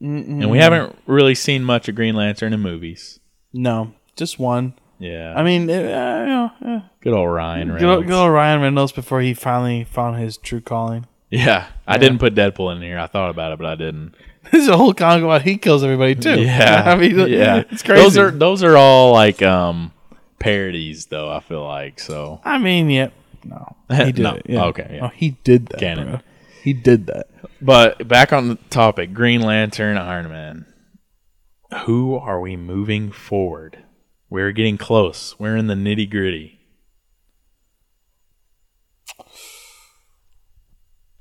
S1: And we haven't really seen much of Green Lantern in movies.
S2: No, just one.
S1: Yeah.
S2: I mean, it, uh, you know, eh.
S1: good old Ryan
S2: good,
S1: Reynolds.
S2: old, good old Ryan Reynolds before he finally found his true calling.
S1: yeah. I didn't put Deadpool in here. I thought about it, but I didn't.
S2: There's a whole comic about he kills everybody too.
S1: Yeah.
S2: I mean,
S1: yeah.
S2: it's crazy.
S1: Those are those are all like um parodies though, I feel like. So
S2: I mean, yep. No, he did
S1: No.
S2: it. Yeah.
S1: Okay, yeah.
S2: No, he did that.
S1: Canon.
S2: bro. He did that.
S1: But back on the topic, Green Lantern, Iron Man. Who are we moving forward? We're getting close. We're in the nitty gritty.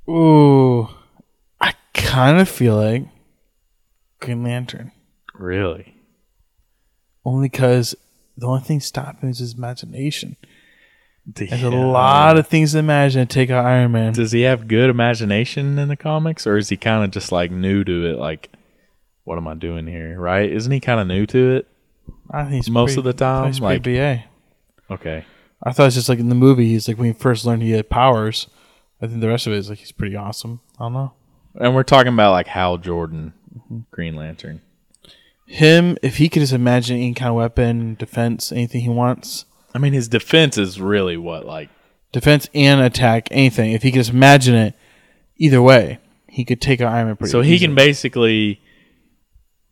S2: Ooh, I kind of feel like Green Lantern,
S1: Really?
S2: only because the only thing stopping is his imagination. There's
S1: Yeah.
S2: a lot of things to imagine to take out Iron Man.
S1: Does he have good imagination in the comics, or is he kind of just like new to it? Like, what am I doing here? Right? Isn't he kind of new to it?
S2: I think he's
S1: most
S2: pretty-
S1: of the
S2: I think
S1: time.
S2: he's pretty
S1: Like,
S2: BA.
S1: okay,
S2: I thought it's just like in the movie. He's like when he first learned he had powers. I think the rest of it is like he's pretty awesome. I don't know
S1: and we're talking about like Hal Jordan, Green Lantern.
S2: him if he could just imagine any kind of weapon, defense, anything he wants,
S1: I mean, his defense is really what like
S2: defense and attack, anything. If he could just imagine it, either way, he could take out Iron Man. Pretty
S1: so he
S2: easily.
S1: can basically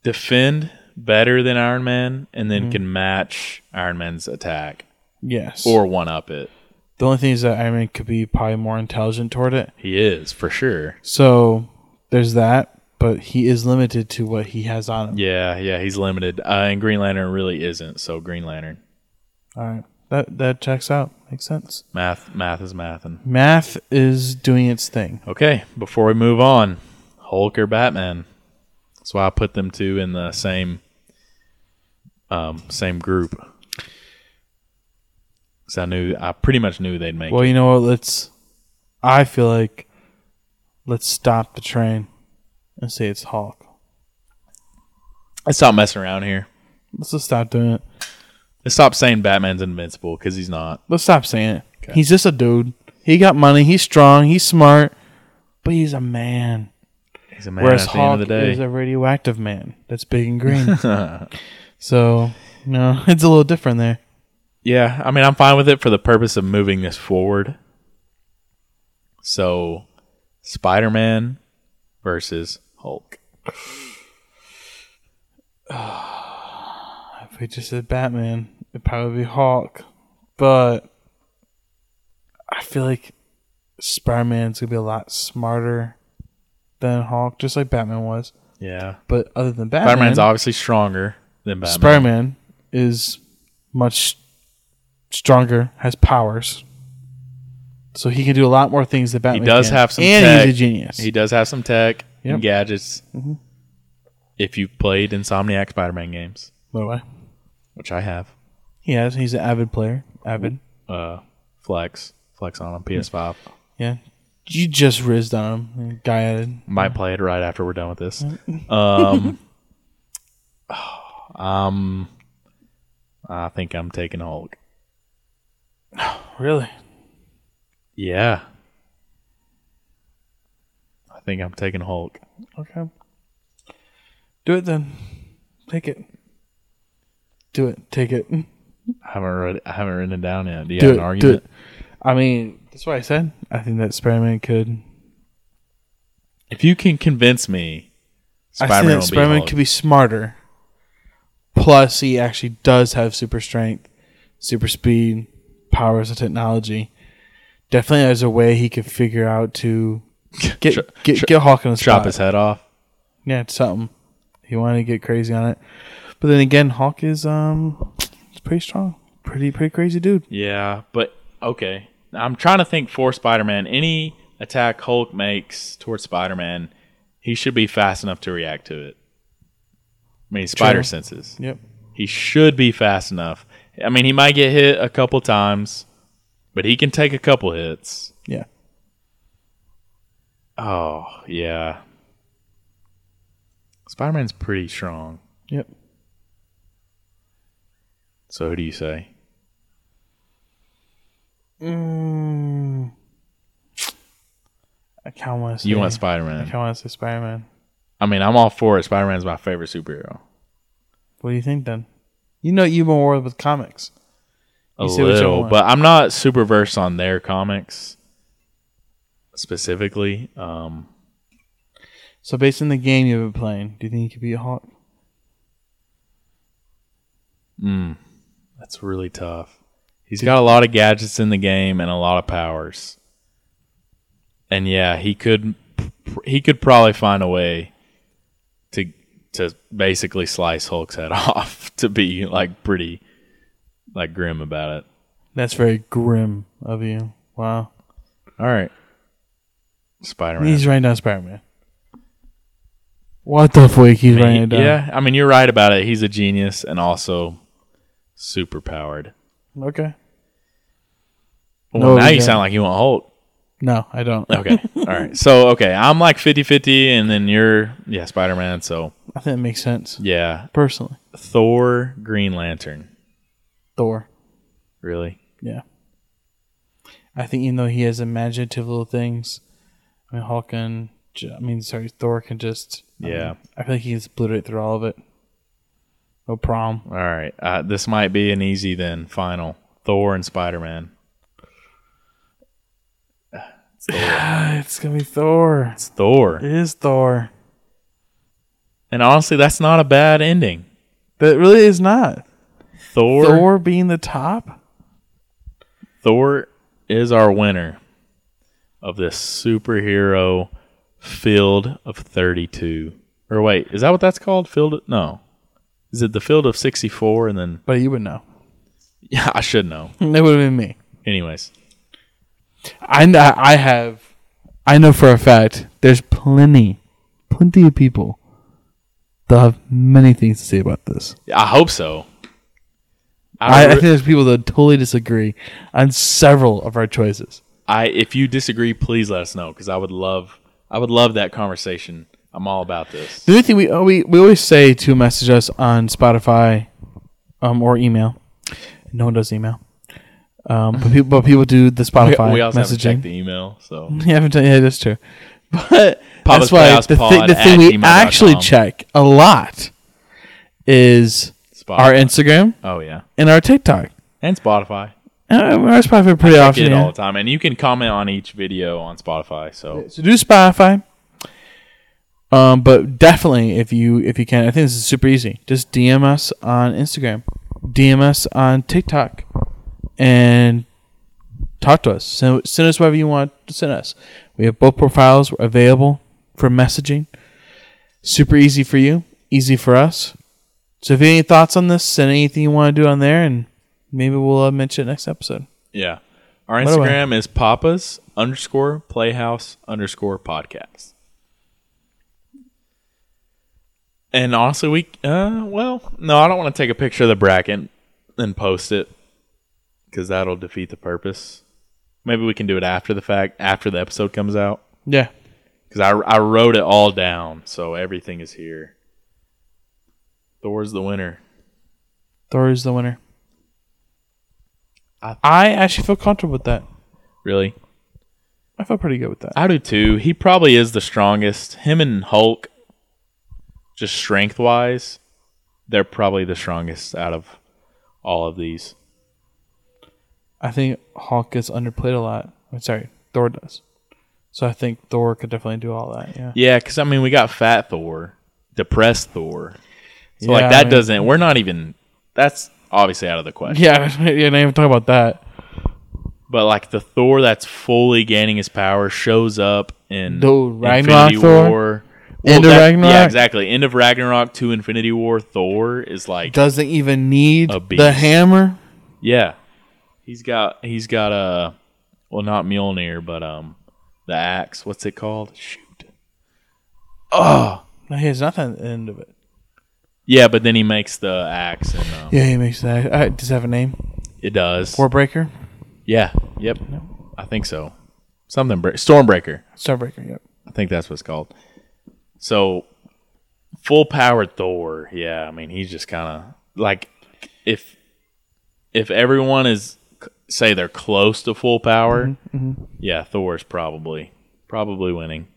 S1: defend better than Iron Man, and then
S2: Mm-hmm.
S1: can match Iron Man's attack
S2: yes.
S1: or one up it.
S2: the only thing is that Iron Man could be probably more intelligent toward it.
S1: He is for sure.
S2: So there's that, but he is limited to what he has on him.
S1: Yeah, yeah, he's limited, uh, and Green Lantern really isn't. So Green Lantern,
S2: All right, that that checks out. Makes sense.
S1: math, math is math, and
S2: Math is doing its thing.
S1: okay. Before we move on, Hulk or Batman? That's why I put them two in the same, um, same group. Because I knew, I pretty much knew they'd make.
S2: Well, you know what? Let's. I feel like let's stop the train and say it's Hulk.
S1: Let's stop messing around here.
S2: Let's just stop doing it.
S1: Let's stop saying Batman's invincible because he's not.
S2: Let's stop saying it.
S1: Okay.
S2: He's just a dude. He got money. He's strong. He's smart. But he's a man.
S1: He's a man
S2: Whereas
S1: at the
S2: Hulk
S1: end of the day.
S2: is a radioactive man that's big and green. so no, it's a little different there.
S1: Yeah, I mean, I'm fine with it for the purpose of moving this forward. So, Spider Man versus Hulk.
S2: If we just said Batman, it'd probably be Hulk. But I feel like Spider Man's gonna be a lot smarter than Hulk, just like Batman was.
S1: Yeah.
S2: But other than
S1: Spider
S2: Batman,
S1: Man's obviously stronger than Batman.
S2: Spider Man is much stronger, has powers. So he can do a lot more things than
S1: he
S2: Batman.
S1: does
S2: can.
S1: have some
S2: and
S1: tech.
S2: he's a genius.
S1: He does have some tech
S2: Yep. Mm-hmm.
S1: and gadgets. If you've played Insomniac Spider Man games,
S2: By the way,
S1: which I have,
S2: he has. He's an avid player. Avid.
S1: uh, Flex, Flex on them, PS5.
S2: Yeah. You just rizzed on him. Guy added.
S1: Might play it right after we're done with this. Um, um, I think I'm taking Hulk.
S2: Really?
S1: Yeah, I think I'm taking Hulk.
S2: Okay. Do it then. Take it. Do it. Take it. Do
S1: I haven't read. I haven't written it down yet. Do you have
S2: it.
S1: an
S2: Do
S1: argument?
S2: it. I mean, that's what I said. I think that Spider-Man could.
S1: If you can convince me,
S2: I
S1: Spider-Man
S2: think
S1: will
S2: that
S1: be
S2: Spider-Man
S1: Hulk.
S2: could be smarter. Plus, he actually does have super strength, super speed, powers, and technology. Definitely, there's a way he could figure out to get
S1: Chop-
S2: get
S1: chop-
S2: get Hawk on the
S1: chop
S2: spot.
S1: his head off.
S2: Yeah, it's something. He wanted to get crazy on it, but then again, Hawk is um, he's pretty strong, pretty pretty crazy dude.
S1: Yeah, but okay. I'm trying to think for Spider-Man. Any attack Hulk makes towards Spider-Man, he should be fast enough to react to it. I mean, spider
S2: True.
S1: senses.
S2: Yep.
S1: He should be fast enough. I mean, he might get hit a couple times, but he can take a couple hits.
S2: Yeah.
S1: Oh, yeah. Spider-Man's pretty strong.
S2: Yep.
S1: So who do you say?
S2: Mm. I kind of want to.
S1: You want
S2: I kind
S1: Spider-Man.
S2: of want to say Spider-Man.
S1: I mean, I'm all for it. Spider-Man's my favorite superhero.
S2: What do you think then? You know, you've been worried with comics.
S1: a
S2: You say what you
S1: little,
S2: want.
S1: but I'm not super versed on their comics specifically. Um,
S2: So based on the game you've been playing, do you think you could be a Hawk?
S1: that's really tough. He's got a lot of gadgets in the game and a lot of powers, and yeah, he could he could probably find a way to to basically slice Hulk's head off to be like pretty like grim about it.
S2: That's very grim of you. Wow.
S1: All right, Spider Man.
S2: He's writing down Spider-Man. What the fuck? He's
S1: I mean,
S2: writing it down.
S1: Yeah, I mean you're right about it. He's a genius and also super powered.
S2: Okay.
S1: Well,
S2: No,
S1: now
S2: we
S1: you
S2: don't.
S1: Oh, sound like you want Hulk.
S2: No, I don't.
S1: Okay. All right. So, okay. I'm like 50 50, and then you're, yeah, Spider Man. So,
S2: I think that makes sense.
S1: yeah.
S2: Personally,
S1: Thor, Green Lantern.
S2: Thor.
S1: Really?
S2: Yeah. I think even though he has imaginative little things, I mean, Hulk and J- I mean, sorry, Thor can just. I
S1: Oh, Yeah.
S2: mean, I feel like he can just obliterate through all of it. No problem.
S1: All right. Uh, this might be an easy then final. Thor and Spider Man.
S2: it's gonna be Thor.
S1: It's Thor.
S2: It is Thor.
S1: And honestly, that's not a bad ending.
S2: That really is not
S1: Thor. Thor,
S2: Thor being the top.
S1: is our winner of this superhero field of 32. Or wait, is that what that's called? Field? No. Is it the field of 64 and then.
S2: But you would know.
S1: Yeah, I should know.
S2: That would have been me.
S1: Anyways.
S2: I kn- I have. I know for a fact there's plenty, plenty of people that have many things to say about this.
S1: I hope so.
S2: I, I
S1: I,
S2: think there's people that totally disagree on several of our choices.
S1: I if you disagree, please let us know because I would love I would love that conversation. I'm all about this.
S2: The only thing we oh, we, we always say to message us on Spotify, um, or email. No one does email. Um, but people but people do the
S1: We,
S2: Spotify
S1: we also haven't checked
S2: messaging.
S1: the email, so
S2: yeah, I haven't done- yeah, that's true. But
S1: Papa's
S2: that's why
S1: Playhouse
S2: the,
S1: Pod
S2: thing the
S1: at
S2: thing we
S1: gmail.com.
S2: actually check a lot is
S1: Spotify.
S2: our Instagram
S1: oh yeah,
S2: and our TikTok.
S1: and Spotify.
S2: Uh, our Spotify pretty often.
S1: Get it
S2: yeah.
S1: all the time, and you can comment on each video on Spotify. So
S2: So do Spotify. Um, but definitely if you if you can, I think this is super easy. Just DM us on Instagram, DM us on TikTok, and talk to us. Send, send us whatever you want to send us. We have both profiles available for messaging. Super easy for you, easy for us. So if you have any thoughts on this, send anything you want to do on there, and maybe we'll uh, mention it next episode.
S1: yeah, our
S2: What do I-
S1: Instagram is Papa's underscore Playhouse underscore podcast. And honestly, we uh well no, I don't want to take a picture of the bracket and post it because that'll defeat the purpose. Maybe we can do it after the fact, after the episode comes out.
S2: Yeah.
S1: Because I, I wrote it all down, so everything is here. Thor's the winner.
S2: Thor is the winner.
S1: I-
S2: I actually feel comfortable with that.
S1: Really?
S2: I feel pretty good with that.
S1: I do too. He probably is the strongest. Him and Hulk, just strength wise, they're probably the strongest out of all of these.
S2: I think Hulk gets underplayed a lot. I'm sorry, Thor does. So I think Thor could definitely do all that. Yeah.
S1: Yeah, because I mean, we got Fat Thor, Depressed Thor. So,
S2: Yeah,
S1: like, that
S2: I mean-
S1: doesn't, we're not even, that's obviously out of the question.
S2: Yeah, yeah, not even talking about that.
S1: But, like, the Thor that's fully gaining his power shows up in
S2: No, Ragnarok
S1: Infinity
S2: Thor?
S1: War.
S2: End of
S1: Yeah,
S2: Ragnarok?
S1: exactly. End of Ragnarok to Infinity War, Thor is like
S2: Doesn't even need
S1: A beast.
S2: the hammer.
S1: Yeah, he's got he's got a well, not Mjolnir, but um, the axe. What's it called? Shoot.
S2: No, he has nothing at the end of it.
S1: Yeah, but then he makes the axe, and um,
S2: Yeah, he makes that. I does it have a name.
S1: it does.
S2: Warbreaker,
S1: yeah. Yep. I think so. Something bre- Stormbreaker.
S2: Starbreaker. Yep.
S1: I think that's what it's called. So, full powered Thor. Yeah, I mean he's just kind of like if if everyone is c- say they're close to full power, yeah, Thor's probably probably winning.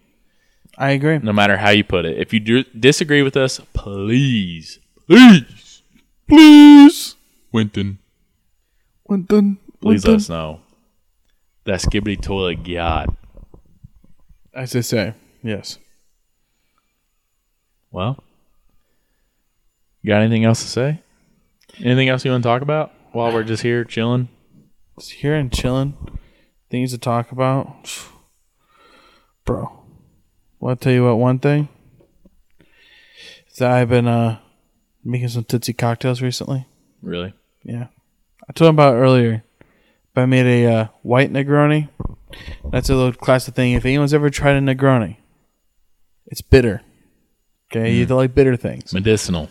S2: I agree.
S1: no matter how you put it. If you do disagree with us, please, please, please, Winton, please let us know. That skibbity toilet god.
S2: As they say. Yes.
S1: Well, you got anything else to say? Anything else you want to talk about while we're just here chilling?
S2: Just here and chilling. Things to talk about. Bro. Well, I'll tell you what, one thing is that I've been uh, making some Tootsie cocktails recently.
S1: Really?
S2: Yeah. I told him about it earlier, but I made a uh, white Negroni. That's a little classic thing. If anyone's ever tried a Negroni, it's bitter. Okay, you don't like bitter things
S1: Medicinal.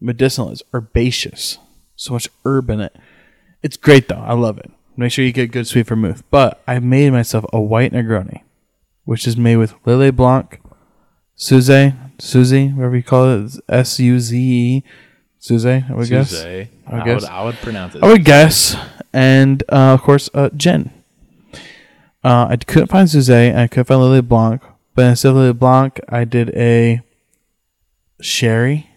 S2: medicinal. It's herbaceous. So much herb in it. It's great though. I love it. Make sure you get good sweet vermouth. But I made myself a white Negroni, which is made with Lillet Blanc, Suze, Suzy, whatever you call it, S U Z E, Suze, I would guess.
S1: Tuesday.
S2: I guess.
S1: would, I would pronounce it.
S2: I would guess. And uh, of course, uh, gin. Uh, I couldn't find Suze, and I couldn't find Lillet Blanc. But instead of Lillet Blanc, I did a sherry,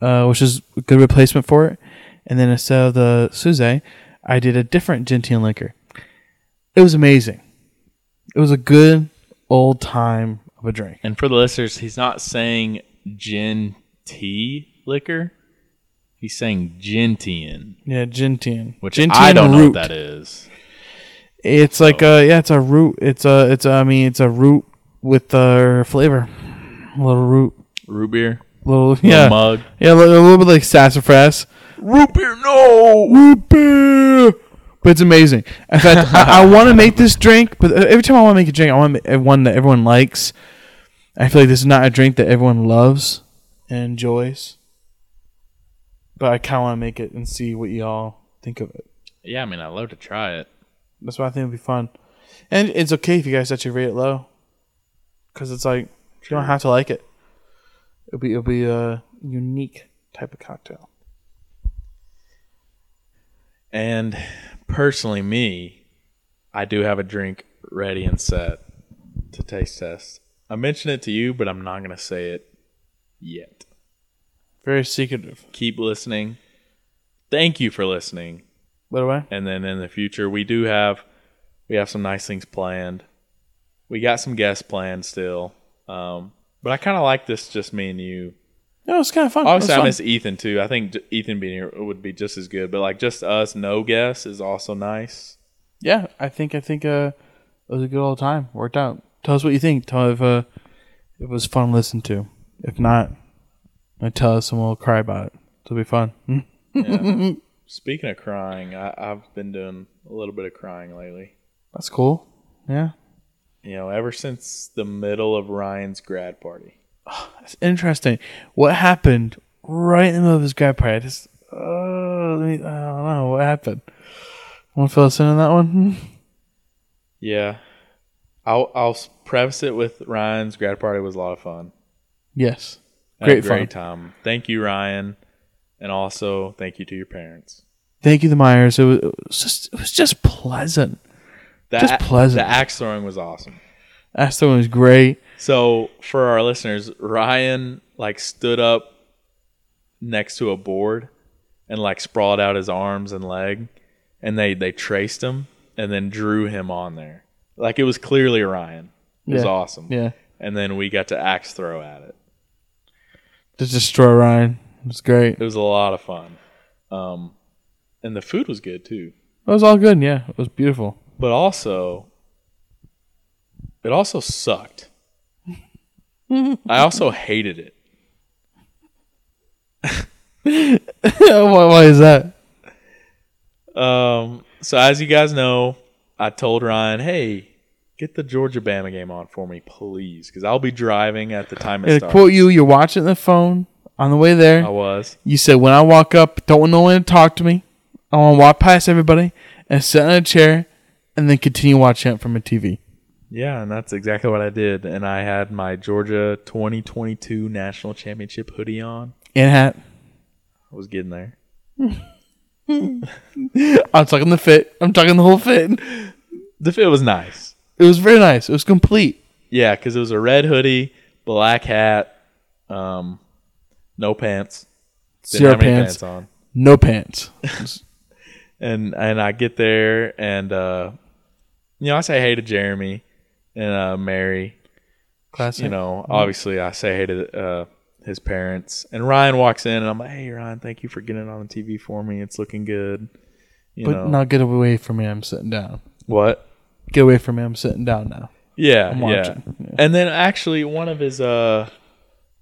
S2: uh, which is a good replacement for it. And then instead of the Suze, I did a different gentian liquor. It was amazing. It was a good old time of a drink.
S1: And for the listeners, he's not saying gin tea liquor. He's saying gentian,
S2: Yeah, gentian.
S1: which
S2: gentian
S1: I don't know
S2: root.
S1: what that is.
S2: It's like a yeah, it's a root. It's a it's a, I mean it's a root with uh, flavor. little root,
S1: Root beer,
S2: little
S1: Little
S2: yeah,
S1: mug.
S2: yeah, a little, a little bit like sassafras.
S1: Root beer, no.
S2: Root beer, but it's amazing. In fact, I, I want to make this drink, but uh, every time I want to make a drink, I want one that everyone likes. I feel like this is not a drink that everyone loves and enjoys, but I kind of want to make it and see what y'all think of it.
S1: Yeah, I mean, I'd love to try it.
S2: That's why I think it'd be fun. And it's okay if you guys actually rate it low, because it's like you don't have to like it. It'll be it'll be a unique type of cocktail.
S1: And personally, me, I do have a drink ready and set to taste test. I mentioned it to you, but I'm not gonna say it yet.
S2: Very secretive.
S1: Keep listening. Thank you for listening.
S2: By the way,
S1: and then in the future we do have we have some nice things planned we got some guests planned still um, but i kind of like this just me and you
S2: no, it's kind of fun.
S1: obviously
S2: It's
S1: i
S2: fun.
S1: miss ethan too i think j- ethan being here would be just as good but like just us no guests is also nice
S2: yeah, I think I think uh, it was a good old time. Worked out. Tell us what you think. Tell if uh, it was fun to listen to. If not, then tell us and we'll cry about it. It'll be fun. Hmm.
S1: speaking of crying I, i've been doing a little bit of crying lately
S2: That's cool. Yeah,
S1: you know ever since the middle of ryan's grad party
S2: It's interesting. What happened right in the middle of his grad party? I just, uh, let me- I don't know what happened. Want to fill us in on that one? Hmm?
S1: yeah i'll, I'll s- preface it with ryan's grad party was a lot of fun
S2: yes.
S1: Had a
S2: Great fun.
S1: great time. Thank you, Ryan, and also thank you to your parents.
S2: Thank you, the Myers. It was, it was just, it was just pleasant.
S1: That,
S2: Just pleasant.
S1: The axe throwing was awesome.
S2: Aston was great.
S1: So for our listeners, Ryan like stood up next to a board and like sprawled out his arms and leg, and they they traced him and then drew him on there. Like it was clearly Ryan. It was
S2: Yeah.
S1: awesome.
S2: Yeah,
S1: And then we got to axe throw at it.
S2: to destroy Ryan. It was great.
S1: It was a lot of fun. Um, and the food was good too.
S2: It was all good. Yeah, it was beautiful.
S1: but also it also sucked. I also hated it.
S2: why, why is that?
S1: Um, so as you guys know, I told Ryan, "Hey, get the Georgia Bama game on for me, please, because I'll be driving at the time it
S2: To
S1: starts."
S2: quote you, you're watching the phone on the way there.
S1: I was.
S2: You said when I walk up, don't want no one to talk to me. I want to walk past everybody and sit on a chair, and then continue watching it from a TV.
S1: Yeah, and that's exactly what I did. And I had my Georgia 2022 national championship hoodie on.
S2: And hat.
S1: I was getting there.
S2: I'm talking the fit. I'm talking the whole fit.
S1: The fit was nice.
S2: It was very nice. It was complete.
S1: Yeah, because it was a red hoodie, black hat, um, no pants. Didn't
S2: Zero
S1: have any
S2: pants.
S1: on.
S2: No pants.
S1: And and I get there and uh, you know I say hey to Jeremy and uh, Mary.
S2: Classic.
S1: You know,
S2: Mm-hmm.
S1: obviously I say hey to uh, his parents. And Ryan walks in and I'm like, hey Ryan, thank you for getting it on the TV for me. It's looking good. You
S2: but
S1: know
S2: now get away from me. I'm sitting down.
S1: what?
S2: Get away from me. I'm sitting down now.
S1: Yeah, yeah.
S2: watching. Yeah.
S1: And then actually one of his uh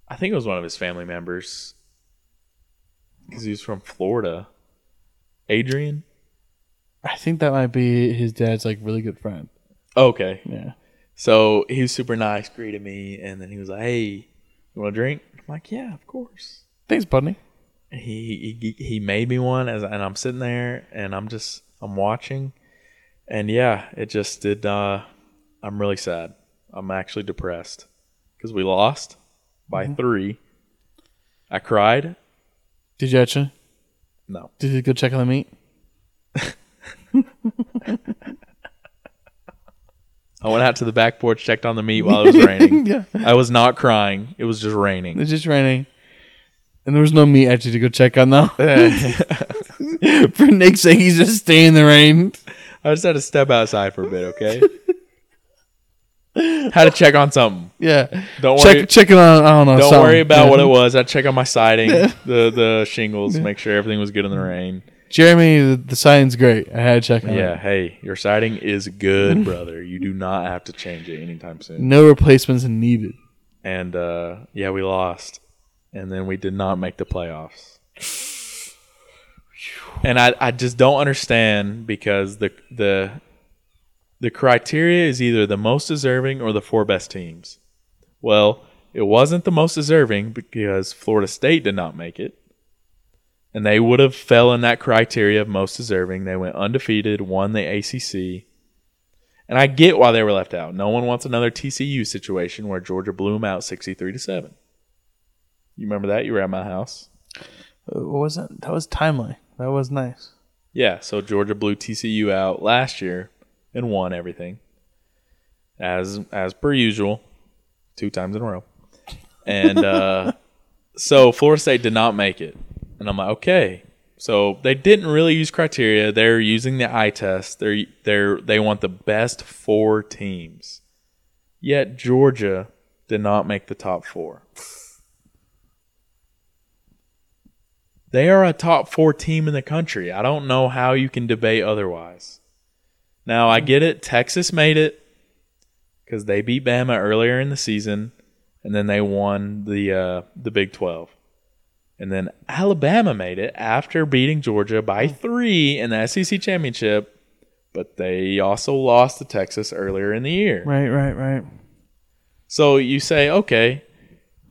S1: I think it was one of his family members cuz he was from Florida. Adrian?
S2: I think that might be his dad's like really good friend.
S1: Oh, Okay.
S2: Yeah.
S1: So he was super nice, greeted me, and then he was like, "Hey, you want a drink?" I'm like, "Yeah, of course."
S2: Thanks, buddy.
S1: And he he he made me one, as and I'm sitting there, and I'm just I'm watching, and yeah, it just did. Uh, I'm really sad. I'm actually depressed because we lost by three. I cried.
S2: Did you actually?
S1: No,
S2: Did you go check on the meat?
S1: I went out to the back porch, checked on the meat while it was raining.
S2: yeah.
S1: I was not crying. It was just raining.
S2: It's just raining. And there was no meat actually to go check on though. For Nick's sake, he's just staying in the rain.
S1: I just had to step outside for a bit, okay? had to check on something.
S2: Yeah.
S1: Don't
S2: check
S1: worry.
S2: checking on I don't know.
S1: Don't
S2: something.
S1: worry about
S2: Yeah.
S1: what it was. I check on my siding, the the shingles, make sure everything was good in the rain.
S2: Jeremy, the, the sign's great. I had to check on
S1: Yeah,
S2: it.
S1: hey, your siding is good, brother. You do not have to change it anytime soon.
S2: No replacements needed.
S1: And uh, yeah, we lost, and then we did not make the playoffs. And I, I just don't understand because the the the criteria is either the most deserving or the four best teams. Well, it wasn't the most deserving because Florida State did not make it. And they would have fell in that criteria of most deserving. They went undefeated, won the ACC. And I get why they were left out. No one wants another TCU situation where Georgia blew them out 63 to 7. You remember that? You were at my house.
S2: Uh, What was that? That was timely. That was nice.
S1: Yeah, so Georgia blew TCU out last year and won everything. As as per usual, two times in a row. And uh, so Florida State did not make it. And I'm like, okay. So they didn't really use criteria. They're using the eye test. They're they're they want the best four teams. Yet Georgia did not make the top four. They are a top four team in the country. I don't know how you can debate otherwise. Now, I get it. Texas made it because they beat Bama earlier in the season, and then they won the uh, the Big Twelve. And then Alabama made it after beating Georgia by three in the SEC championship, but they also lost to Texas earlier in the year.
S2: Right, right, right.
S1: So you say, okay,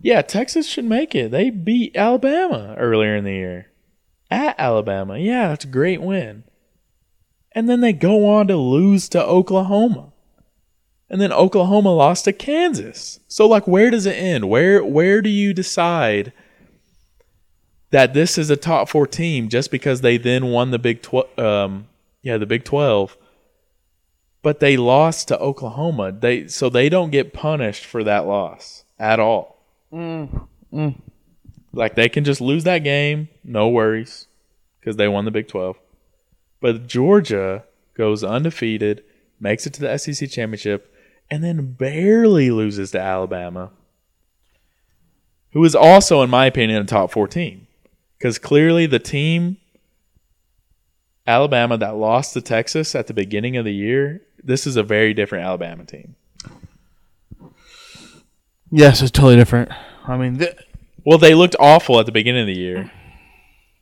S1: yeah, Texas should make it. They beat Alabama earlier in the year at Alabama. Yeah, that's a great win. And then they go on to lose to Oklahoma. And then Oklahoma lost to Kansas. So like where does it end? Where where do you decide that this is a top 4 team just because they then won the Big 12 um yeah, the Big 12 but they lost to Oklahoma. They so they don't get punished for that loss at all. Like they can just lose that game, no worries, because they won the Big Twelve. But Georgia goes undefeated, makes it to the SEC championship, and then barely loses to Alabama, who is also, in my opinion, a top four team, because clearly the team Alabama that lost to Texas at the beginning of the year, this is a very different Alabama team.
S2: Yes, it's totally different. I mean, th-
S1: Well, they looked awful at the beginning of the year,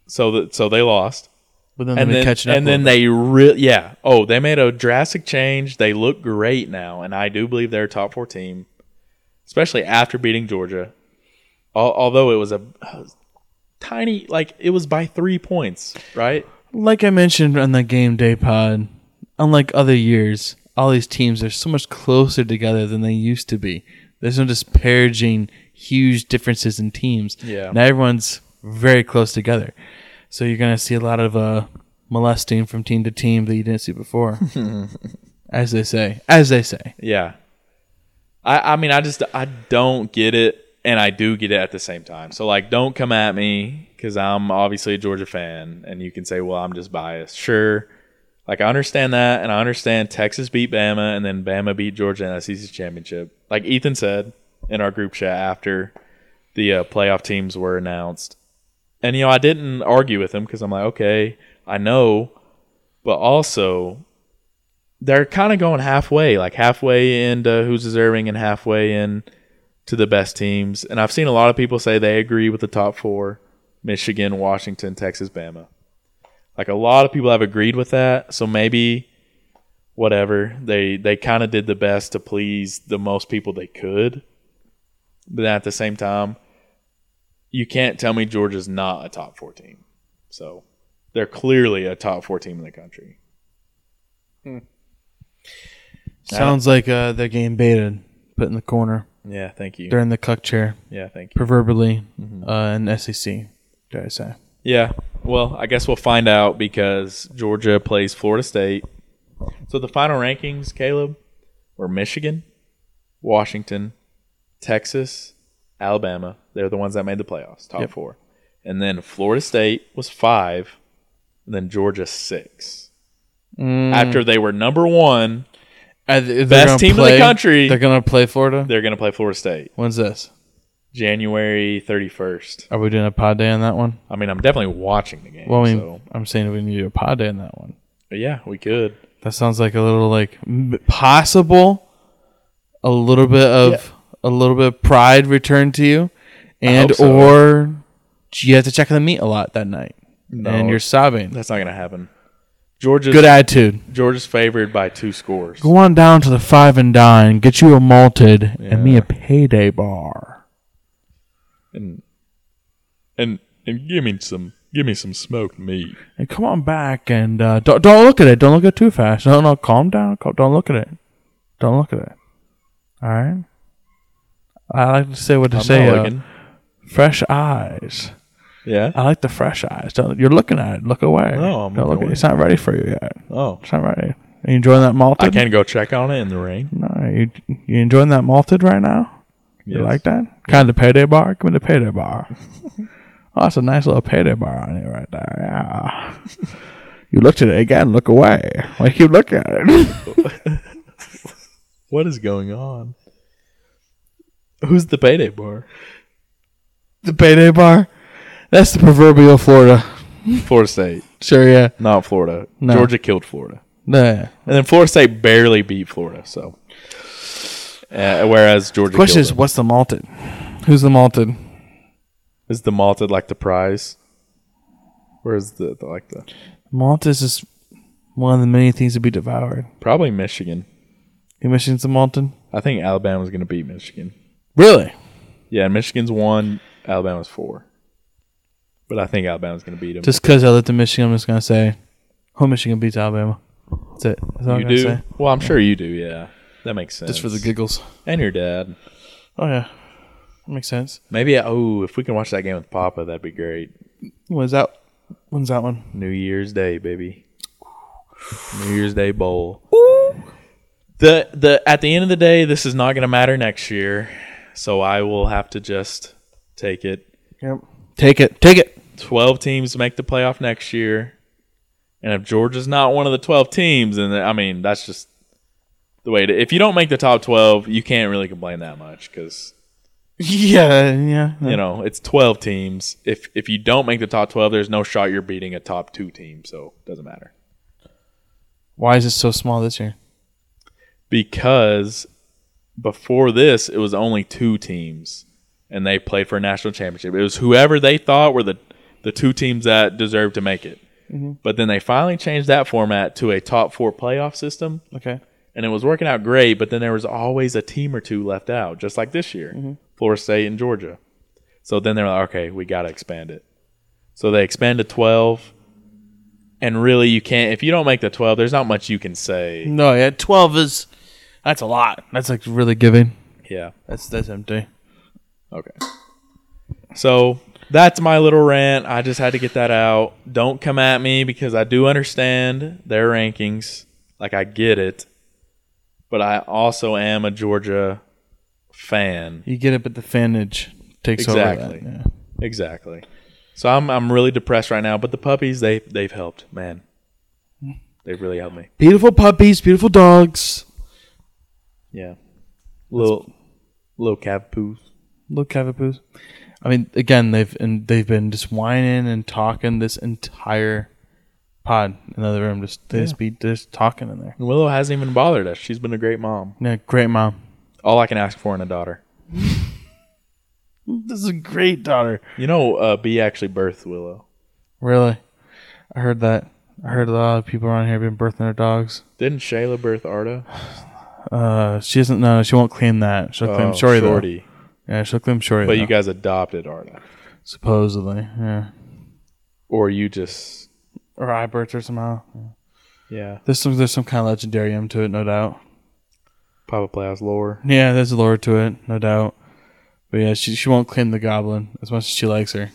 S1: so that so they lost,
S2: but then
S1: and
S2: they
S1: then
S2: catch it up.
S1: and then they re- yeah oh they made a drastic change. They look great now, and I do believe they're a top four team, especially after beating Georgia. Al- although it was a a tiny like it was by three points, right?
S2: like I mentioned on the game day pod, unlike other years, all these teams are so much closer together than they used to be. There's no disparaging huge differences in teams.
S1: Yeah.
S2: Now everyone's very close together. So you're gonna see a lot of uh, molesting from team to team that you didn't see before. as they say. As they say.
S1: Yeah. I, I mean, I just I don't get it, and I do get it at the same time. So like, don't come at me because I'm obviously a Georgia fan, and you can say, well, I'm just biased. Sure. Like I understand that, and I understand Texas beat Bama, and then Bama beat Georgia in the SEC championship. Like Ethan said in our group chat after the uh, playoff teams were announced, and you know I didn't argue with him because I'm like, okay, I know, but also they're kind of going halfway, like halfway into who's deserving and halfway in to the best teams. And I've seen a lot of people say they agree with the top four: Michigan, Washington, Texas, Bama. Like a lot of people have agreed with that. So maybe whatever they they kind of did the best to please the most people they could, but then at the same time, you can't tell me Georgia's not a top four team. So they're clearly a top four team in the country.
S2: Sounds like uh, they're getting baited, put in the corner.
S1: Yeah, thank you.
S2: They're in the cuck chair,
S1: Yeah, thank you.
S2: proverbially, uh, in SEC. Dare I say?
S1: Yeah. Well, I guess we'll find out because Georgia plays Florida State. So the final rankings, Caleb, were Michigan, Washington, Texas, Alabama. They're the ones that made the playoffs, top four. And then Florida State was five, and then Georgia six.
S2: Mm.
S1: After they were number one, Best team in the country.
S2: They're gonna play Florida.
S1: they're going to play Florida State
S2: When's this?
S1: January 31st.
S2: Are we doing a pod day on that one?
S1: I mean, I'm definitely watching the game.
S2: Well, I mean,
S1: so.
S2: I'm saying we need to do a pod day on that one.
S1: But yeah, we could.
S2: That sounds like a little like m- possible, a little bit of a little bit of pride returned to you, and
S1: hope so.
S2: or you have to check on the meat a lot that night, and
S1: No.
S2: you're sobbing.
S1: That's not going to happen. Georgia's
S2: Good attitude.
S1: Georgia's favored by two scores.
S2: Go on down to the five and dine, get you a malted, and me a payday bar.
S1: And and and give me some give me some smoked meat.
S2: And come on back and uh, don't don't look at it. Don't look at it too fast. No, no, calm down. Cal- Don't look at it. Don't look at it. All right. I like to say what to
S1: I'm
S2: say.
S1: not
S2: uh,
S1: looking.
S2: fresh eyes.
S1: Yeah.
S2: I like the fresh eyes. Don't, you're looking at it. Look away.
S1: No, I'm looking
S2: Don't look at
S1: away.
S2: it. It's not ready for you yet.
S1: Oh.
S2: It's not ready. Are you enjoying that malted?
S1: I can go check on it in the rain.
S2: No, you you enjoying that malted right now? You
S1: Yes.
S2: like that? Kind of the payday bar. Come in the payday bar. oh, that's a nice little payday bar on it right there. Yeah. you looked at it again. Look away. Why you look at it?
S1: What is going on? Who's the payday bar?
S2: the payday bar. That's the proverbial Florida.
S1: Florida State,
S2: Sure, yeah.
S1: not Florida.
S2: No.
S1: Georgia killed Florida,
S2: yeah.
S1: and then Florida State barely beat Florida. So, uh, whereas Georgia
S2: Question
S1: killed
S2: is,
S1: them.
S2: what's the malted? Who's the malted?
S1: is the malted like the prize? Where's the, the like the
S2: Maltus is one of the many things to be devoured.
S1: probably Michigan?
S2: You mentioned some Malton?
S1: I think Alabama's going to beat Michigan.
S2: Really?
S1: Yeah, Michigan's one, Alabama's four. But I think Alabama's going to beat them.
S2: Just because I lived in Michigan, I'm just going to say, home Michigan beats Alabama. That's it. That's all
S1: you
S2: I'm going
S1: do?
S2: to say.
S1: Well, I'm sure you do. Yeah, that makes sense.
S2: Just for the giggles.
S1: and your dad.
S2: Oh, yeah. That makes sense.
S1: Maybe oh, if we can watch that game with Papa, that'd be great.
S2: When's that? When's that one?
S1: New Year's Day, baby. New Year's Day bowl. The the at the end of the day, this is not going to matter next year, so I will have to just take it.
S2: Yep. Take it. Take it.
S1: 12 teams make the playoff next year. And if Georgia's not one of the 12 teams, then I mean, that's just the way to. If you don't make the top 12, you can't really complain that much because,
S2: Yeah. Yeah.
S1: you know, it's 12 teams. If if you don't make the top 12, there's no shot you're beating a top two team. So it doesn't matter.
S2: Why is it so small this year?
S1: Because before this, it was only two teams and they played for a national championship. It was whoever they thought were the, the two teams that deserved to make it. But then they finally changed that format to a top four playoff system,
S2: Okay.
S1: and it was working out great. But then there was always a team or two left out, just like this year, Florida State and Georgia. So then they're like, okay, we got to expand it. So they expand to twelve, and really, you can't if you don't make the twelve. There's not much you can say.
S2: No, yeah. 12 is. That's a lot. That's like really giving.
S1: Yeah.
S2: That's that's empty.
S1: Okay. So that's my little rant. I just had to get that out. Don't come at me because I do understand their rankings. Like I get it. But I also am a Georgia fan.
S2: You get it, but the fanage takes
S1: Exactly.
S2: over. That. Yeah.
S1: Exactly. So I'm I'm really depressed right now, but the puppies they they've helped, man. They've really helped me.
S2: Beautiful puppies, beautiful dogs.
S1: Yeah. Little little cavpoos.
S2: Little cavapoos. I mean, again, they've and they've been just whining and talking this entire pod in the other room. Just they just be just talking in there.
S1: And Willow hasn't even bothered us. She's been a great mom.
S2: Yeah, great mom.
S1: All I can ask for in a daughter.
S2: This is a great daughter.
S1: You know, uh, B actually birthed Willow,
S2: Really, I heard that. I heard a lot of people around here have been birthing their dogs.
S1: didn't Shayla birth Arda?
S2: Uh, she doesn't. No, she won't claim that. She'll claim Shorty though. Yeah, she'll claim Shorty.
S1: Oh, But
S2: though.
S1: you guys adopted Arda,
S2: supposedly. Yeah.
S1: or you just
S2: Or I birthed her somehow.
S1: Yeah.
S2: There's some there's some kind of legendarium to it, no doubt.
S1: Papa Plow's lore.
S2: Yeah, there's a lore to it, no doubt. But yeah, she she won't claim the goblin as much as she likes her.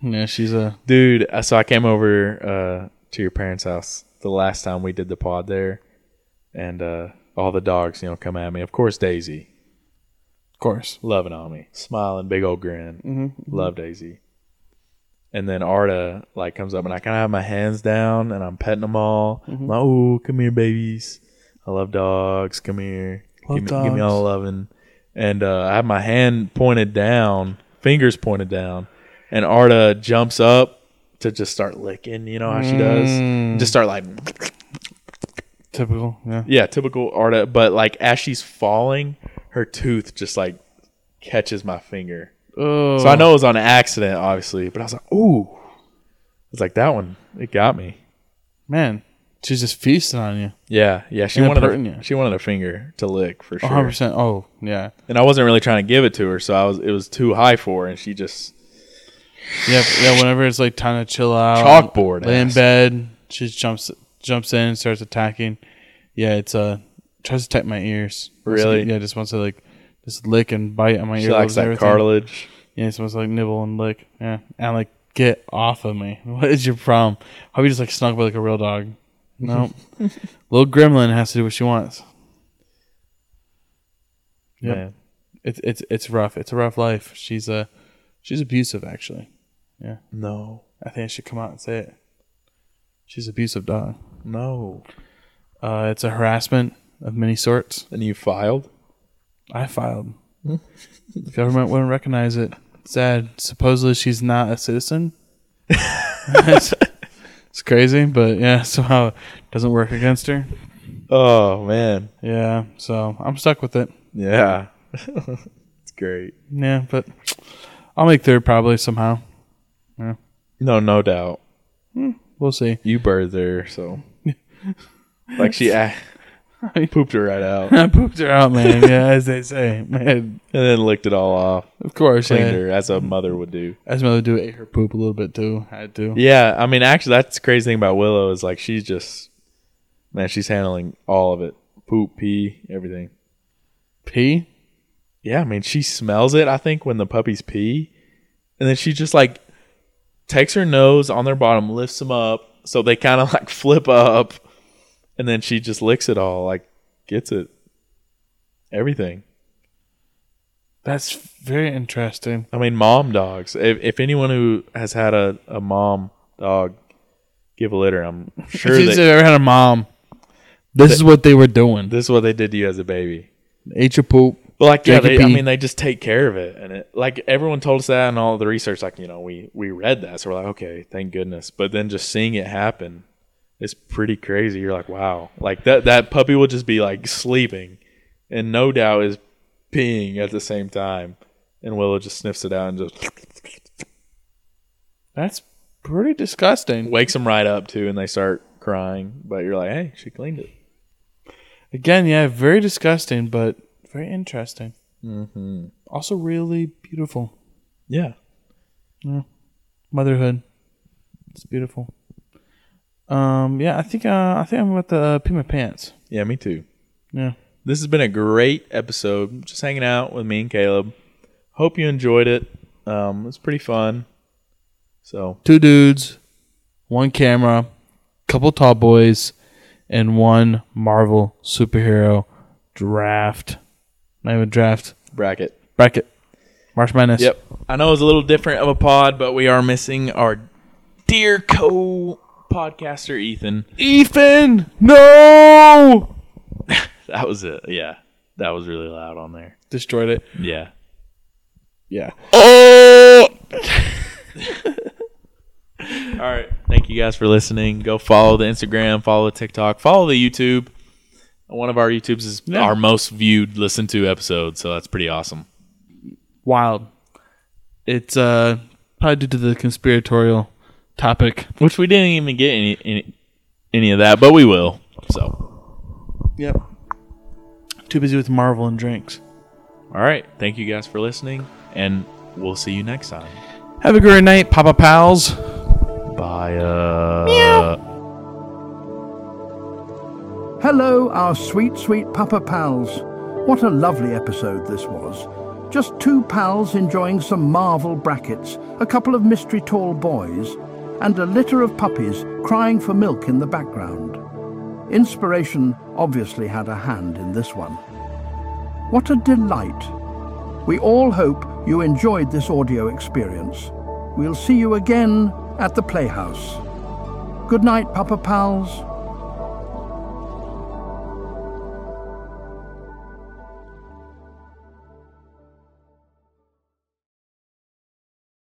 S2: Yeah, she's a
S1: Dude, uh, so I came over uh, to your parents' house the last time we did the pod there, and uh, all the dogs, you know, come at me. Of course, Daisy,
S2: of course.
S1: loving on me, smiling, big old grin. Love Daisy. And then Arda like comes up and I kind of have my hands down and I'm petting them all. I'm like, oh, come here, babies. I love dogs. Come here.
S2: Love
S1: give, me, give me all loving. And uh, I have my hand pointed down, fingers pointed down, and Arda jumps up to just start licking. You know how she does? Just start like
S2: Typical. Yeah.
S1: yeah, typical Arda. But like as she's falling, her tooth just like catches my finger.
S2: Oh.
S1: So I know it was on accident, obviously, but I was like, ooh. It's like that one. It got me.
S2: man, she's just feasting on you.
S1: Yeah, yeah. She
S2: And it
S1: wanted
S2: hurt in you.
S1: a, she wanted a finger to lick for sure.
S2: 100. percent Oh yeah.
S1: And I wasn't really trying to give it to her, so I was it was too high for her, and she just
S2: Yeah. Yeah. Whenever it's like time to chill out,
S1: Chalkboard
S2: lay in
S1: ass.
S2: bed. She jumps jumps in and starts attacking. Yeah, it's uh tries to attack my ears. Wants to-
S1: Really?
S2: yeah, just wants to like just lick and bite on my
S1: she
S2: earlobes
S1: likes
S2: and
S1: that
S2: everything.
S1: cartilage.
S2: Yeah, it's supposed to like nibble and lick. Yeah. And I'm like, get off of me. What is your problem? How you just like snuck by like a real dog? No. Little gremlin has to do what she wants. Yep.
S1: Man.
S2: It's it's it's rough. It's a rough life. She's uh she's abusive actually.
S1: No,
S2: I think I should come out and say it. She's abusive dog.
S1: no.
S2: Uh it's a harassment of many sorts.
S1: And you filed.
S2: I filed. the government wouldn't recognize it. Sad. Supposedly she's not a citizen. it's, it's crazy, but yeah, somehow it doesn't work against her.
S1: Oh man,
S2: Yeah, so I'm stuck with it.
S1: yeah. it's great.
S2: Yeah, but I'll make third probably somehow.
S1: No, no doubt.
S2: We'll see.
S1: You birthed her, so like she ah, pooped her right out, and
S2: I pooped her out, man. Yeah, as they say. Man,
S1: then licked it all off,
S2: of course.
S1: cleaned
S2: yeah.
S1: her as a mother would do.
S2: As my other dude ate her poop a little bit too. Had to.
S1: Yeah, I mean, actually, that's the crazy thing about Willow is like she's just, man, she's handling all of it, poop, pee, everything.
S2: Pee?
S1: Yeah, I mean, she smells it. I think when the puppies pee, and then she just like takes her nose on their bottom, lifts them up, so they kind of like flip up, and then she just licks it all, like gets it, everything.
S2: That's very interesting.
S1: I mean, mom dogs. If, if anyone who has had a, a mom dog give a litter, I'm sure
S2: if you've
S1: that
S2: ever had a mom, this is what they were doing.
S1: this is what they did to you as a baby.
S2: Ate your poop.
S1: But like, yeah,
S2: Drink a
S1: they, I
S2: pee.
S1: mean, they just take care of it, and it like everyone told us that, and all the research, like you know, we we read that, so we're like, okay, thank goodness. But then just seeing it happen, it's pretty crazy. You're like, wow, like that that puppy will just be like sleeping, and no doubt is peeing at the same time, and Willow just sniffs it out and just
S2: That's pretty disgusting.
S1: wakes them right up too, and they start crying. But you're like, hey, she cleaned it.
S2: Again, yeah, very disgusting, but very interesting. Mm-hmm. Also, really beautiful.
S1: Yeah,
S2: Motherhood. It's beautiful. Um, yeah, I think uh, I think I'm about to uh, pee my pants.
S1: yeah, me too.
S2: Yeah.
S1: This has been a great episode. Just hanging out with me and Caleb. Hope you enjoyed it. Um, it's pretty fun. So
S2: Two dudes, one camera, couple tall boys, and one Marvel superhero draft. Not even draft
S1: bracket.
S2: bracket. March Madness.
S1: Yep. I know it's a little different of a pod, but we are missing our dear co podcaster Ethan.
S2: Ethan, no!
S1: That was it. Yeah. That was really loud on there.
S2: Destroyed it.
S1: Yeah.
S2: Yeah.
S1: Oh All right. Thank you guys for listening. Go follow the Instagram, follow the TikTok, follow the YouTube. One of our YouTubes is
S2: Yeah.
S1: our most viewed, listened to episode, so that's pretty awesome.
S2: Wild. It's uh probably due to the conspiratorial topic.
S1: Which we didn't even get any any, any of that, but we will. So,
S2: Yep. Too busy with Marvel and drinks.
S1: all right. Thank you guys for listening, and we'll see you next time.
S2: Have a great night, Papa Pals.
S1: Bye. Uh,
S3: Hello, our sweet, sweet Papa Pals. What a lovely episode this was. Just two pals enjoying some Marvel brackets, a couple of mystery tall boys, and a litter of puppies crying for milk in the background. Inspiration obviously had a hand in this one. What a delight! We all hope you enjoyed this audio experience. We'll see you again at the Playhouse. Good night, Papa Pals.